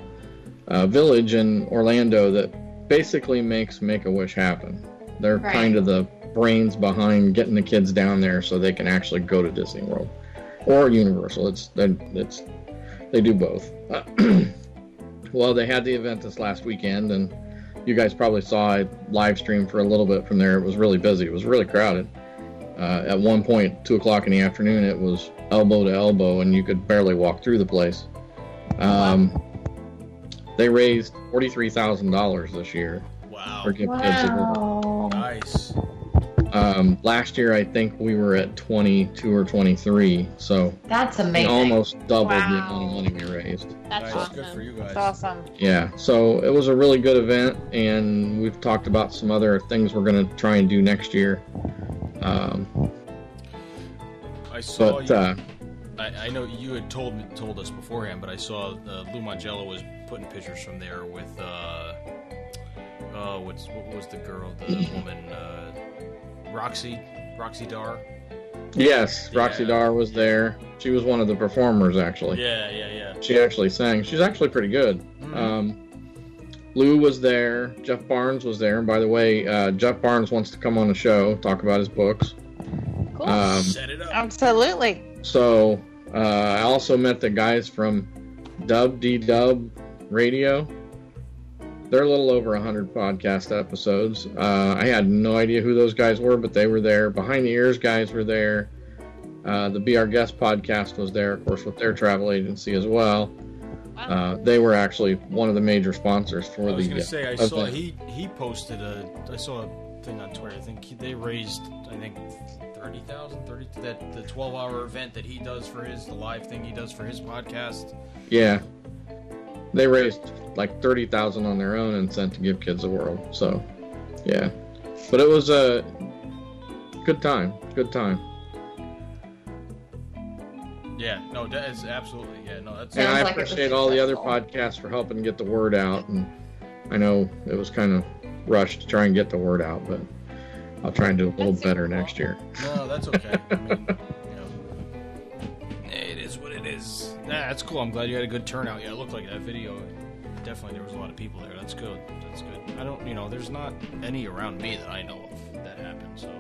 uh, village in Orlando that basically makes Make a Wish happen. They're Right. kind of the brains behind getting the kids down there so they can actually go to Disney World or Universal. It's it's they do both. (clears throat) well, they had the event this last weekend, and you guys probably saw I live streamed for a little bit from there. It was really busy. It was really crowded. Uh, at one point, two o'clock in the afternoon, it was elbow to elbow, and you could barely walk through the place. Um, They raised forty-three thousand dollars this year Wow. for Give Kids a World. wow Nice. Um, last year, I think we were at twenty-two or twenty-three, so that's we amazing almost doubled the Wow. amount of money we raised. That's nice. Good for awesome. you guys. It's awesome. Yeah, so it was a really good event, and we've talked about some other things we're going to try and do next year. Um, I saw but you. uh, I, I know you had told me- told us beforehand, but I saw uh, Lou Mangello was putting pictures from there with uh, oh, what's what was the girl, the woman, uh, Roxy, Roxy Dar. yes, Roxy Yeah. Dar was there. She was one of the performers, actually. Yeah, yeah, yeah. She actually sang. She's actually pretty good. Mm. Um, Lou was there. Jeff Barnes was there. And by the way, uh, Jeff Barnes wants to come on the show, talk about his books. Cool. Um, Set it up. Absolutely. So uh, I also met the guys from Dub D Dub Radio. They're a little over 100 podcast episodes. Uh, I had no idea who those guys were, but they were there. Behind the Ears guys were there. Uh, the Be Our Guest podcast was there, of course, with their travel agency as well. wow. Uh, they were actually one of the major sponsors for I was the. uh, gonna say I event. saw he he posted a I saw a thing on Twitter. I think he, they raised I think thirty thousand, thirty that the twelve hour event that he does for his the live thing he does for his podcast. Yeah. They raised like 30,000 on their own and sent to Give Kids the World. So, yeah. But it was a good time. Good time. Yeah, no, that is absolutely. Yeah, no, that's. and Sounds I like it was appreciate all the other successful. podcasts for helping get the word out. And I know it was kind of rushed to try and get the word out, but I'll try and do a little That's super better cool. next year. No, that's okay. I mean, you know, it is what it is. Nah, that's cool. I'm glad you had a good turnout. Yeah, it looked like that video. Definitely, there was a lot of people there. That's good. That's good. I don't, you know, there's not any around me that I know of that happened. So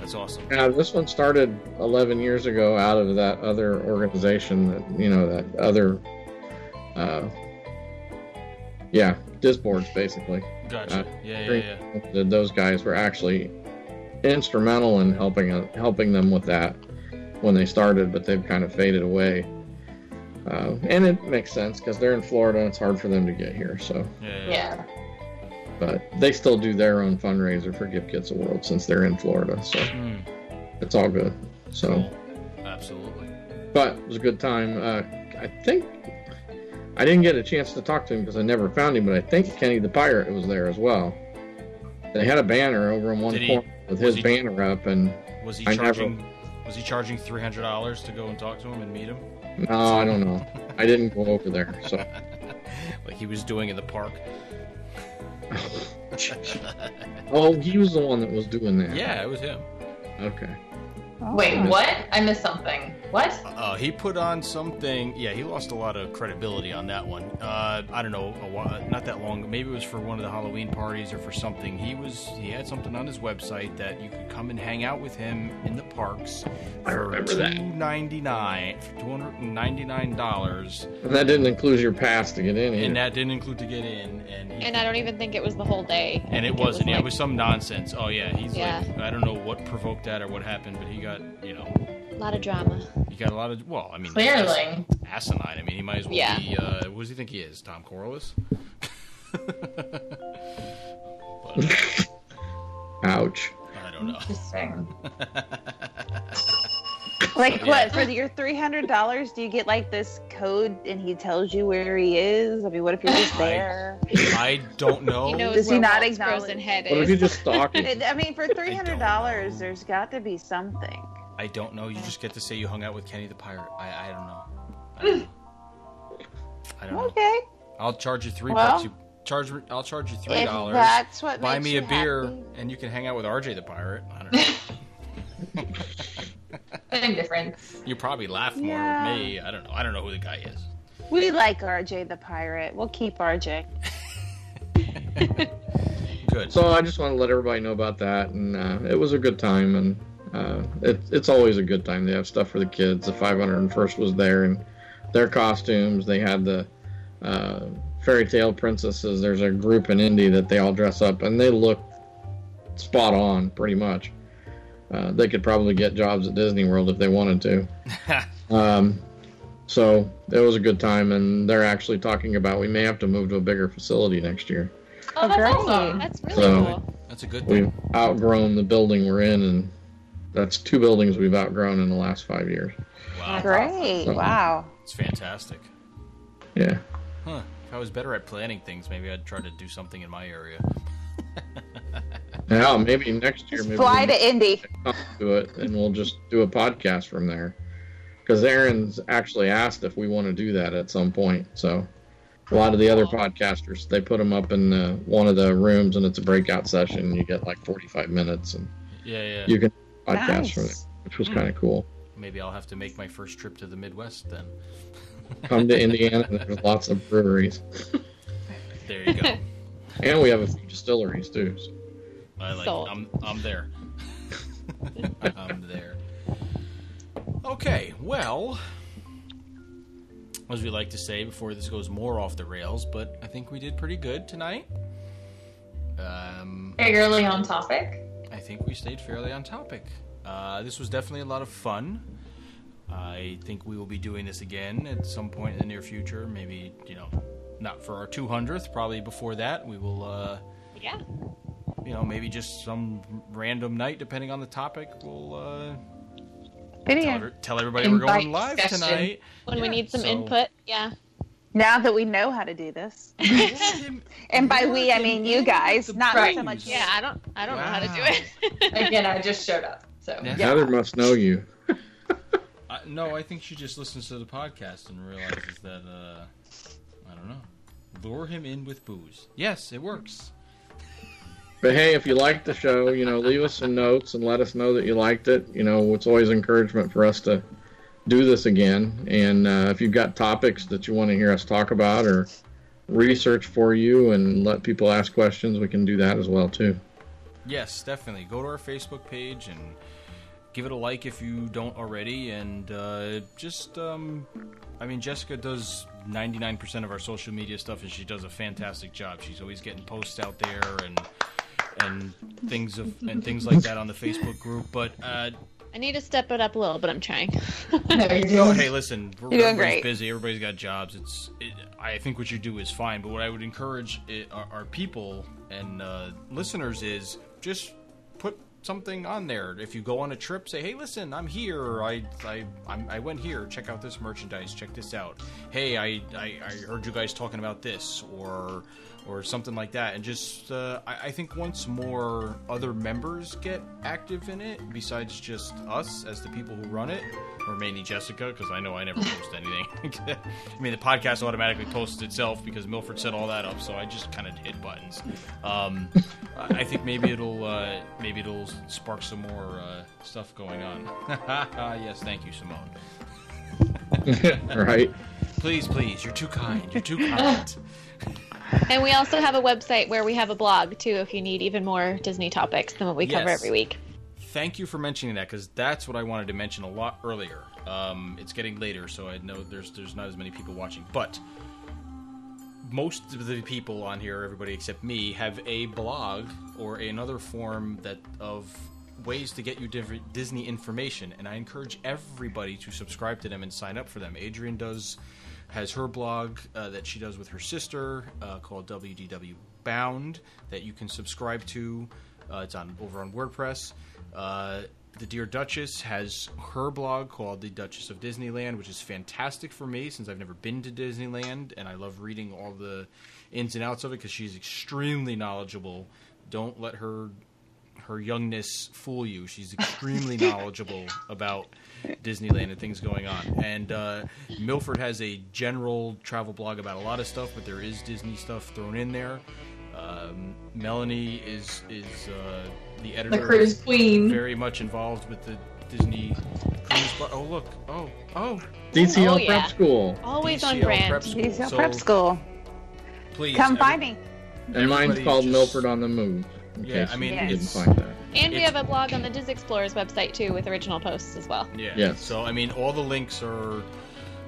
that's awesome. Yeah, this one started 11 years ago out of that other organization that you know that other, uh, yeah, disboards basically. Gotcha. Uh, Yeah, yeah, great. yeah. that those guys were actually instrumental in helping helping them with that when they started, but they've kind of faded away. Uh, and it makes sense because they're in Florida and it's hard for them to get here. So, Yeah, yeah. Yeah. but they still do their own fundraiser for Give Kids a World since they're in Florida. So Mm, it's all good. So, cool. Absolutely. but it was a good time. Uh, I think I didn't get a chance to talk to him because I never found him, but I think Kenny the Pirate was there as well. They had a banner over in one Did he- corner with was his he- banner up and Was he I never- charging? Was he charging three hundred dollars to go and talk to him and meet him? No, I don't know. I didn't go over there. So like he was doing in the park. Oh, he was the one that was doing that. Yeah, it was him. Okay. Wait, what? I missed something. What? Uh, he put on something. Yeah, he lost a lot of credibility on that one. Uh, I don't know, a while, not that long. Maybe it was for one of the Halloween parties or for something. He was he had something on his website that you could come and hang out with him in the parks I for remember that. $2.99 for two hundred and ninety nine dollars, And that didn't include your pass to get in. and either. that didn't include to get in. And he, And I don't even think it was the whole day. I and it think wasn't. yeah, like- it was some nonsense. Oh yeah, he's Yeah. like I don't know what provoked that or what happened, but he got you know a lot of drama. he got a lot of well, I mean Clearly. asinine. I mean, he might as well Yeah. be. Uh, what does he think he is? Tom Corliss? (laughs) but Ouch. I don't know. Interesting. Like Yeah. what? For your three hundred dollars, do you get like this code, and he tells you where he is? I mean, what if you're just I- there? I don't know. He knows Does he where not Walt's acknowledge- frozen head What if you is. just stalk him? It- I (laughs) mean, for three hundred dollars, there's got to be something. I don't know. You just get to say you hung out with Kenny the Pirate. I, I don't know. I don't know. I don't (laughs) know. Okay, I'll charge you three Well, bucks. You charge. me- I'll charge you three if dollars. that's what Buy makes me you a beer, happy. and you can hang out with RJ the Pirate. I don't know. Same difference. You probably laugh more (laughs) Yeah. at me. I don't know. I don't know who the guy is. We like RJ the pirate. We'll keep RJ. Good. So I just want to let everybody know about that, and uh, it was a good time, and uh, it, it's always a good time. They have stuff for the kids. The 501st was there, and their costumes. They had the uh, fairy tale princesses. There's a group in Indy that they all dress up, and they look spot on, pretty much. Uh, they could probably get jobs at Disney World if they wanted to. Um, so it was a good time, and they're actually talking about we may have to move to a bigger facility next year. Oh, that's great. awesome. That's really So- cool. That's a good thing. We've outgrown the building we're in, and that's two buildings we've outgrown in the last five years. Wow, Great! awesome. Wow. it's fantastic. Yeah. Huh. If I was better at planning things, maybe I'd try to do something in my area. Now maybe next year, Just maybe fly we to Indy. come to it, and we'll just do a podcast from there. Because Aaron's actually asked if we want to do that at some point. So a lot of the other podcasters they put them up in uh one of the rooms, and it's a breakout session. You get like forty-five minutes, and Yeah, yeah. you can podcast from it, Nice. which was kind of cool. Maybe I'll have to make my first trip to the Midwest then. Come to Indiana, and there's lots of breweries, There you (laughs) go. and we have a few distilleries too. So. I like. Sold. I'm. I'm (laughs) there. I'm there. Okay. Well, as we like to say before this goes more off the rails, but I think we did pretty good tonight. Um, Fairly on topic. I think we stayed fairly on topic. Uh, this was definitely a lot of fun. I think we will be doing this again at some point in the near future. Maybe you know, not for our 200th, probably before that. We will, uh, Yeah. you know, maybe just some random night, depending on the topic. We'll uh, Video. Oh, tell, tell everybody we're Invite going live discussion. tonight. When Yeah, we need some so- input, yeah. (laughs) Now that we know how to do this, Him- and by You're we I in mean you the guys, not so Right. much. Yeah, I don't. I don't know how to do Wow. it. (laughs) Again, I just showed up. So (laughs) Yeah. Heather must know you. I, no, I think she just listens to the podcast and realizes that uh, I don't know. Lure him in with booze. Yes, it works. But hey, if you liked the show, you know, leave us some notes and let us know that you liked it. You know, it's always encouragement for us to do this again. And uh, if you've got topics that you want to hear us talk about or research for you and let people ask questions, we can do that as well too. Yes, definitely. Go to our Facebook page and give it a like if you don't already. And uh, just, um, I mean, Jessica does 99% of our social media stuff, and she does a fantastic job. She's always getting posts out there and and things of and things like that on the Facebook group. But uh, I need to step it up a little, but I'm trying. (laughs) No, you're No, (laughs) doing- hey, listen, we're- You're doing everybody's great. busy. Everybody's got jobs. It's, it, I think what you do is fine. But what I would encourage i our, our people and uh, listeners is just put something on there. If you go on a trip, say, "Hey, listen, I'm here. or, I, I, I'm, I went here. Check out this merchandise. Check this out. Hey, I, I, I heard you guys talking about this or." Or something like that, and just uh, I, I think once more other members get active in it, besides just us as the people who run it, or mainly Jessica, because I know I never post anything. (laughs) I mean, the podcast automatically posts itself because Milford set all that up, so I just kind of hit buttons. Um, I I think maybe it'll uh, maybe it'll spark some more uh, stuff going on. (laughs) yes, thank you, Simone. All right. Please, please, you're too kind. You're too kind. and we also have a website where we have a blog too, if you need even more Disney topics than what we cover Yes. every week. Thank you for mentioning that because that's what I wanted to mention a lot earlier. Um, it's getting later, so I know there's there's not as many people watching, but most of the people on here, everybody except me, have a blog or another form that of ways to get you div- Disney information, and I encourage everybody to subscribe to them and sign up for them. Adrian does has her blog uh, that she does with her sister uh, called WDW Bound that you can subscribe to. Uh, it's on over on WordPress. Uh, the Dear Duchess has her blog called The Duchess of Disneyland, which is fantastic for me since I've never been to Disneyland and I love reading all the ins and outs of it because she's extremely knowledgeable. Don't let her her youngness fool you. She's extremely knowledgeable about Disneyland and things going on. And uh, Milford has a general travel blog about a lot of stuff, but there is Disney stuff thrown in there. Um, Melanie is is uh, the editor. the cruise queen. Very much involved with the Disney cruise. Bar. Oh look! Oh oh! DCL Oh, Prep yeah. School. Always on DCL brand. Prep (laughs) School. He's in So prep school. Please Come every- find me. And mine's Everybody called just- Milford on the Move. in Yeah, case I mean, you didn't it's- find that. And we It's- have a blog on the Diz Explorers website too, with original posts as well. Yeah. Yes. So I mean, all the links are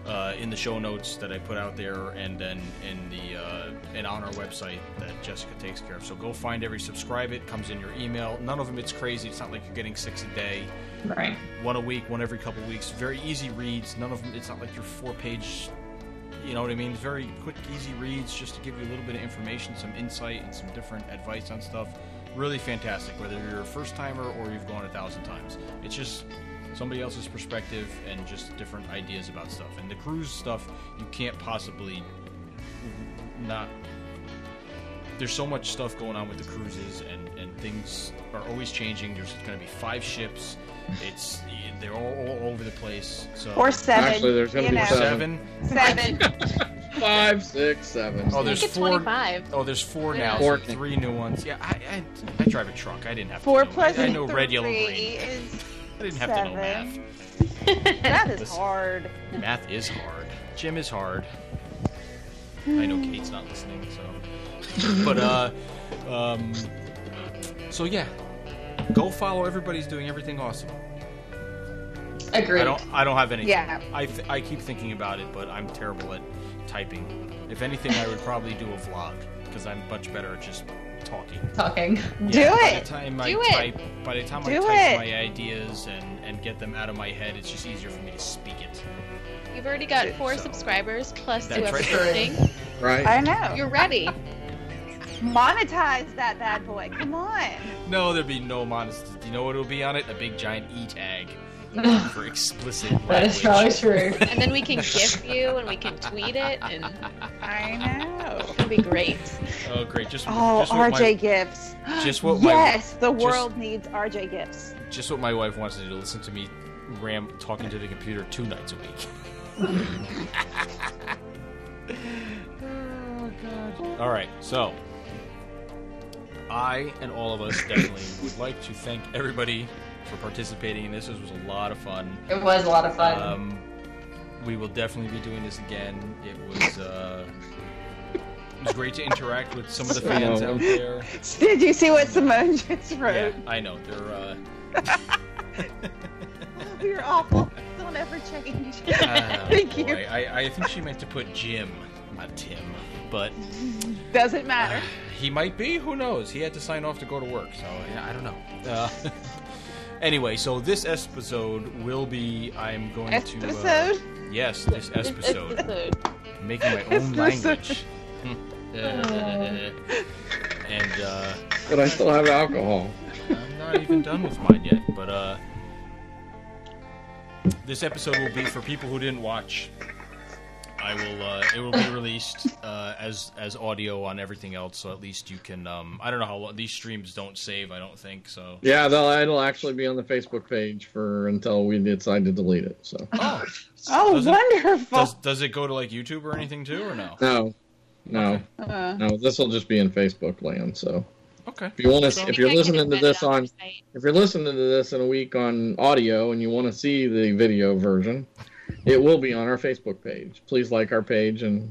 uh, in the show notes that I put out there, and then in the uh, and on our website that Jessica takes care of. So go find every subscribe. It comes in your email. None of them. It's crazy. It's not like you're getting six a day. Right. One a week. One every couple weeks. Very easy reads. None of them. It's not like your four page. You know what I mean? Very quick, easy reads just to give you a little bit of information, some insight, and some different advice on stuff. Really fantastic, whether you're a first timer or you've gone a thousand times. It's just somebody else's perspective and just different ideas about stuff. And the cruise stuff, you can't possibly not. There's so much stuff going on with the cruises, and, and things are always changing. There's going to be five ships. It's they're all, all over the place. So Or seven. Actually, there's gonna you be know. seven. Seven. Five, six, seven. Oh, I there's think it's four. 25. Oh, there's four now. Four. So three new ones. Yeah, I, I, I drive a truck. (laughs) I didn't have Four to know. plus I know three red, yellow, green. is I didn't have to know math. seven. (laughs) That is Listen. hard. Math is hard. Gym is hard. I know Kate's not listening, so. But uh, um, so yeah, go follow. Everybody's doing everything awesome. Agreed. I don't. I don't have anything. Yeah. I, th- I keep thinking about it, but I'm terrible at typing. If anything, I would probably do a vlog because I'm much better at just talking. (laughs) Talking. Do By it. the time I Do it. type, by the time I Do type it. my ideas and and get them out of my head, it's just easier for me to speak it. You've already got four So- subscribers plus That's two right. posting. Right? I know. You're ready. Monetize that bad boy. Come on. No, there'd be no modest. You know what it'll be on it? A big giant E tag. the need for explicit language. That is probably true. And then we (laughs) can gift you and we can tweet it and I know. it'll be great. Oh, great! Just Oh, just what RJ my, gifts. (gasps) just what my- yes, the just- world needs RJ gifts. just what my wife wants to do. Listen to me ram talking to the computer two nights a week. (laughs) oh god. All right, so I and all of us definitely would like to thank everybody for participating in this. This was a lot of fun. It was a lot of fun. Um, we will definitely be doing this again. It was uh, it was great to interact with some of the fans out there. (laughs) Did you see what Simone just Yeah, wrote? I know they're. Uh, (laughs) You're awful. Don't ever change. Ah, Thank you. boy. I, I think she meant to put Jim, not Tim, but (laughs) Doesn't matter. he might be. Who knows? He had to sign off to go to work, so I, I don't know. Uh, (laughs) anyway, so this episode will be. I'm going to. uh, Episode. yes, this (laughs) episode. Episode. making my own Episode. language. (laughs) (laughs) Hmm. and uh, But I still have alcohol. I'm not even done with mine yet, but uh, this episode will be for people who didn't watch. I will. Uh, it will be released uh, as as audio on everything else, so at least you can. Um, I don't know how long these streams don't save. I don't think (laughs) so. Yeah, they'll, it'll actually be on the Facebook page for until we decide to delete it. So Oh, Oh, Does it- wonderful. (laughs) does does it go to like YouTube or anything too, or no? no, no, Uh, no. This will just be in Facebook land. So Okay. if you want So- to, if you're I think I can listening to embed it this our on, site. if you're listening to this in a week on audio and you want to see the video version, it will be on our Facebook page. Please like our page and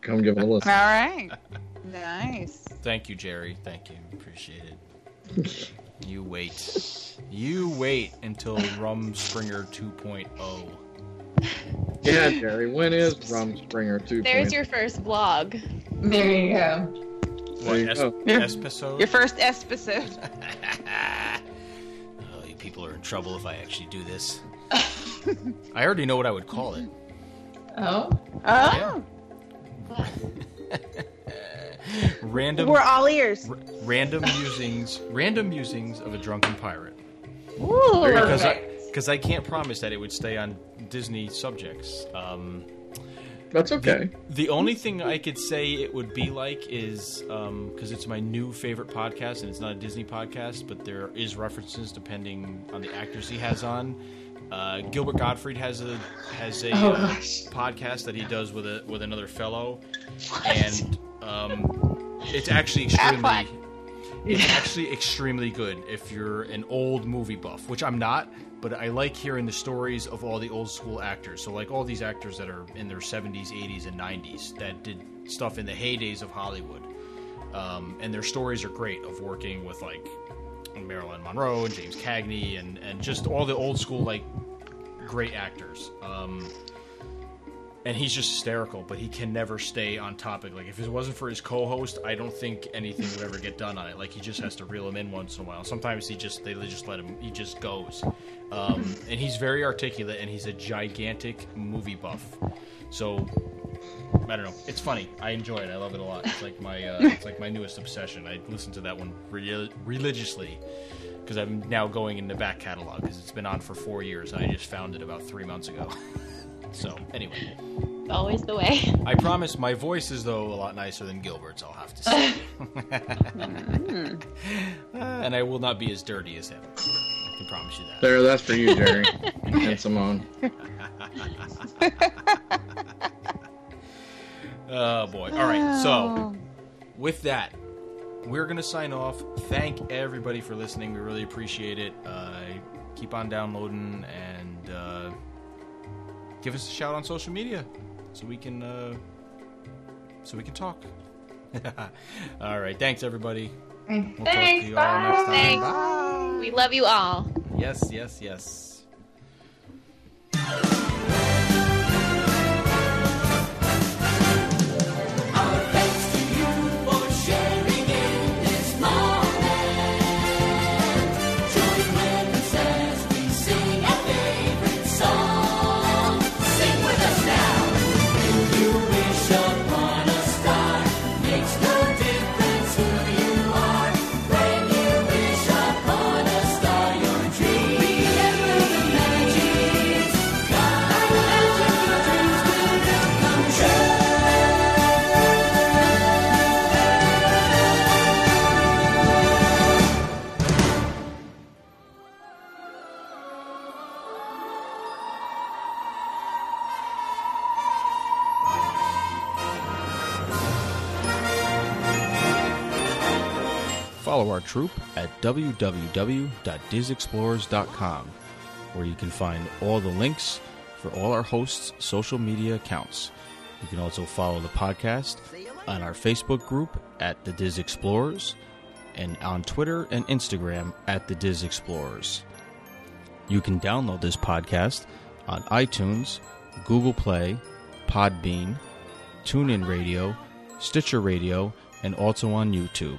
come give it a all listen. (laughs) right. Nice. Thank you, Jerry. Thank you. Appreciate it. you wait. You wait until Rum Springer 2.0. Yeah, Jerry. When is Rumspringer two? There's your first vlog. there you go. What, you es- go. Your- episode? Your first episode. oh, you people are in trouble if I actually do this. (laughs) I already know what I would call it. Oh, Oh, Random Oh, we're all ears. r- random musings random musings of a drunken pirate. Ooh. Because I, Perfect. because I can't promise that it would stay on Disney subjects. Um, oh? That's okay. The only thing I could say it would be like is because it's my new favorite podcast, and it's not a Disney podcast, but there is references depending on the actors he has on. Uh, Gilbert Gottfried has a has a Oh, uh, gosh. podcast that he does with a with another fellow, and um, it's actually extremely Affleck. it's actually extremely good if you're an old movie buff, which I'm not, but I like hearing the stories of all the old school actors. So, like all these actors that are in their 70s, 80s, and 90s that did stuff in the heydays of Hollywood. Um, and their stories are great of working with like Marilyn Monroe and James Cagney and, and just all the old school, like great actors. Um, and he's just hysterical, but he can never stay on topic. Like if it wasn't for his co-host, I don't think anything would ever get done on it. Like he just has to reel him in once in a while. Sometimes he just they just let him. He just goes, um, and he's very articulate, and he's a gigantic movie buff. So I don't know. It's funny. I enjoy it. I love it a lot. It's like my uh, it's like my newest obsession. I listen to that one re- religiously because I'm now going in the back catalog because it's been on for four years, and I just found it about three months ago. (laughs) so anyway. It's always the way. I promise my voice is though a lot nicer than Gilbert's. I'll have to say, (laughs) and I will not be as dirty as him. I can promise you that. There, that's for you, (laughs) Jerry and Simone. Oh boy! All right, Oh. so with that, we're gonna sign off. Thank everybody for listening. We really appreciate it. Uh, keep on downloading and uh, give us a shout on social media so we can uh, so we can talk. (laughs) all right, thanks everybody. We'll Mm. Thanks, bye. Thanks. Bye. We love you all. Yes, yes, yes. When you wish upon a star, your dream. follow our troop at www.disexplorers.com, where you can find all the links for all our hosts' social media accounts. You can also follow the podcast on our Facebook group at The Diz Explorers and on Twitter and Instagram at The Diz Explorers. You can download this podcast on iTunes, Google Play, Podbean, TuneIn Radio, Stitcher Radio, and also on YouTube.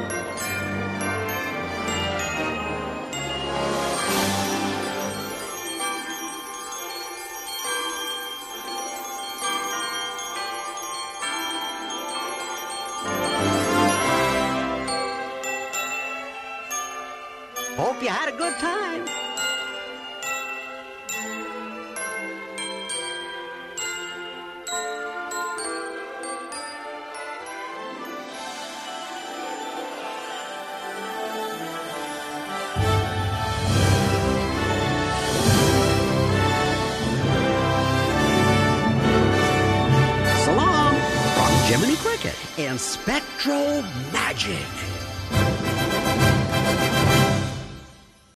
Hope you had a good time. So long from Jiminy Cricket and Spectro Magic.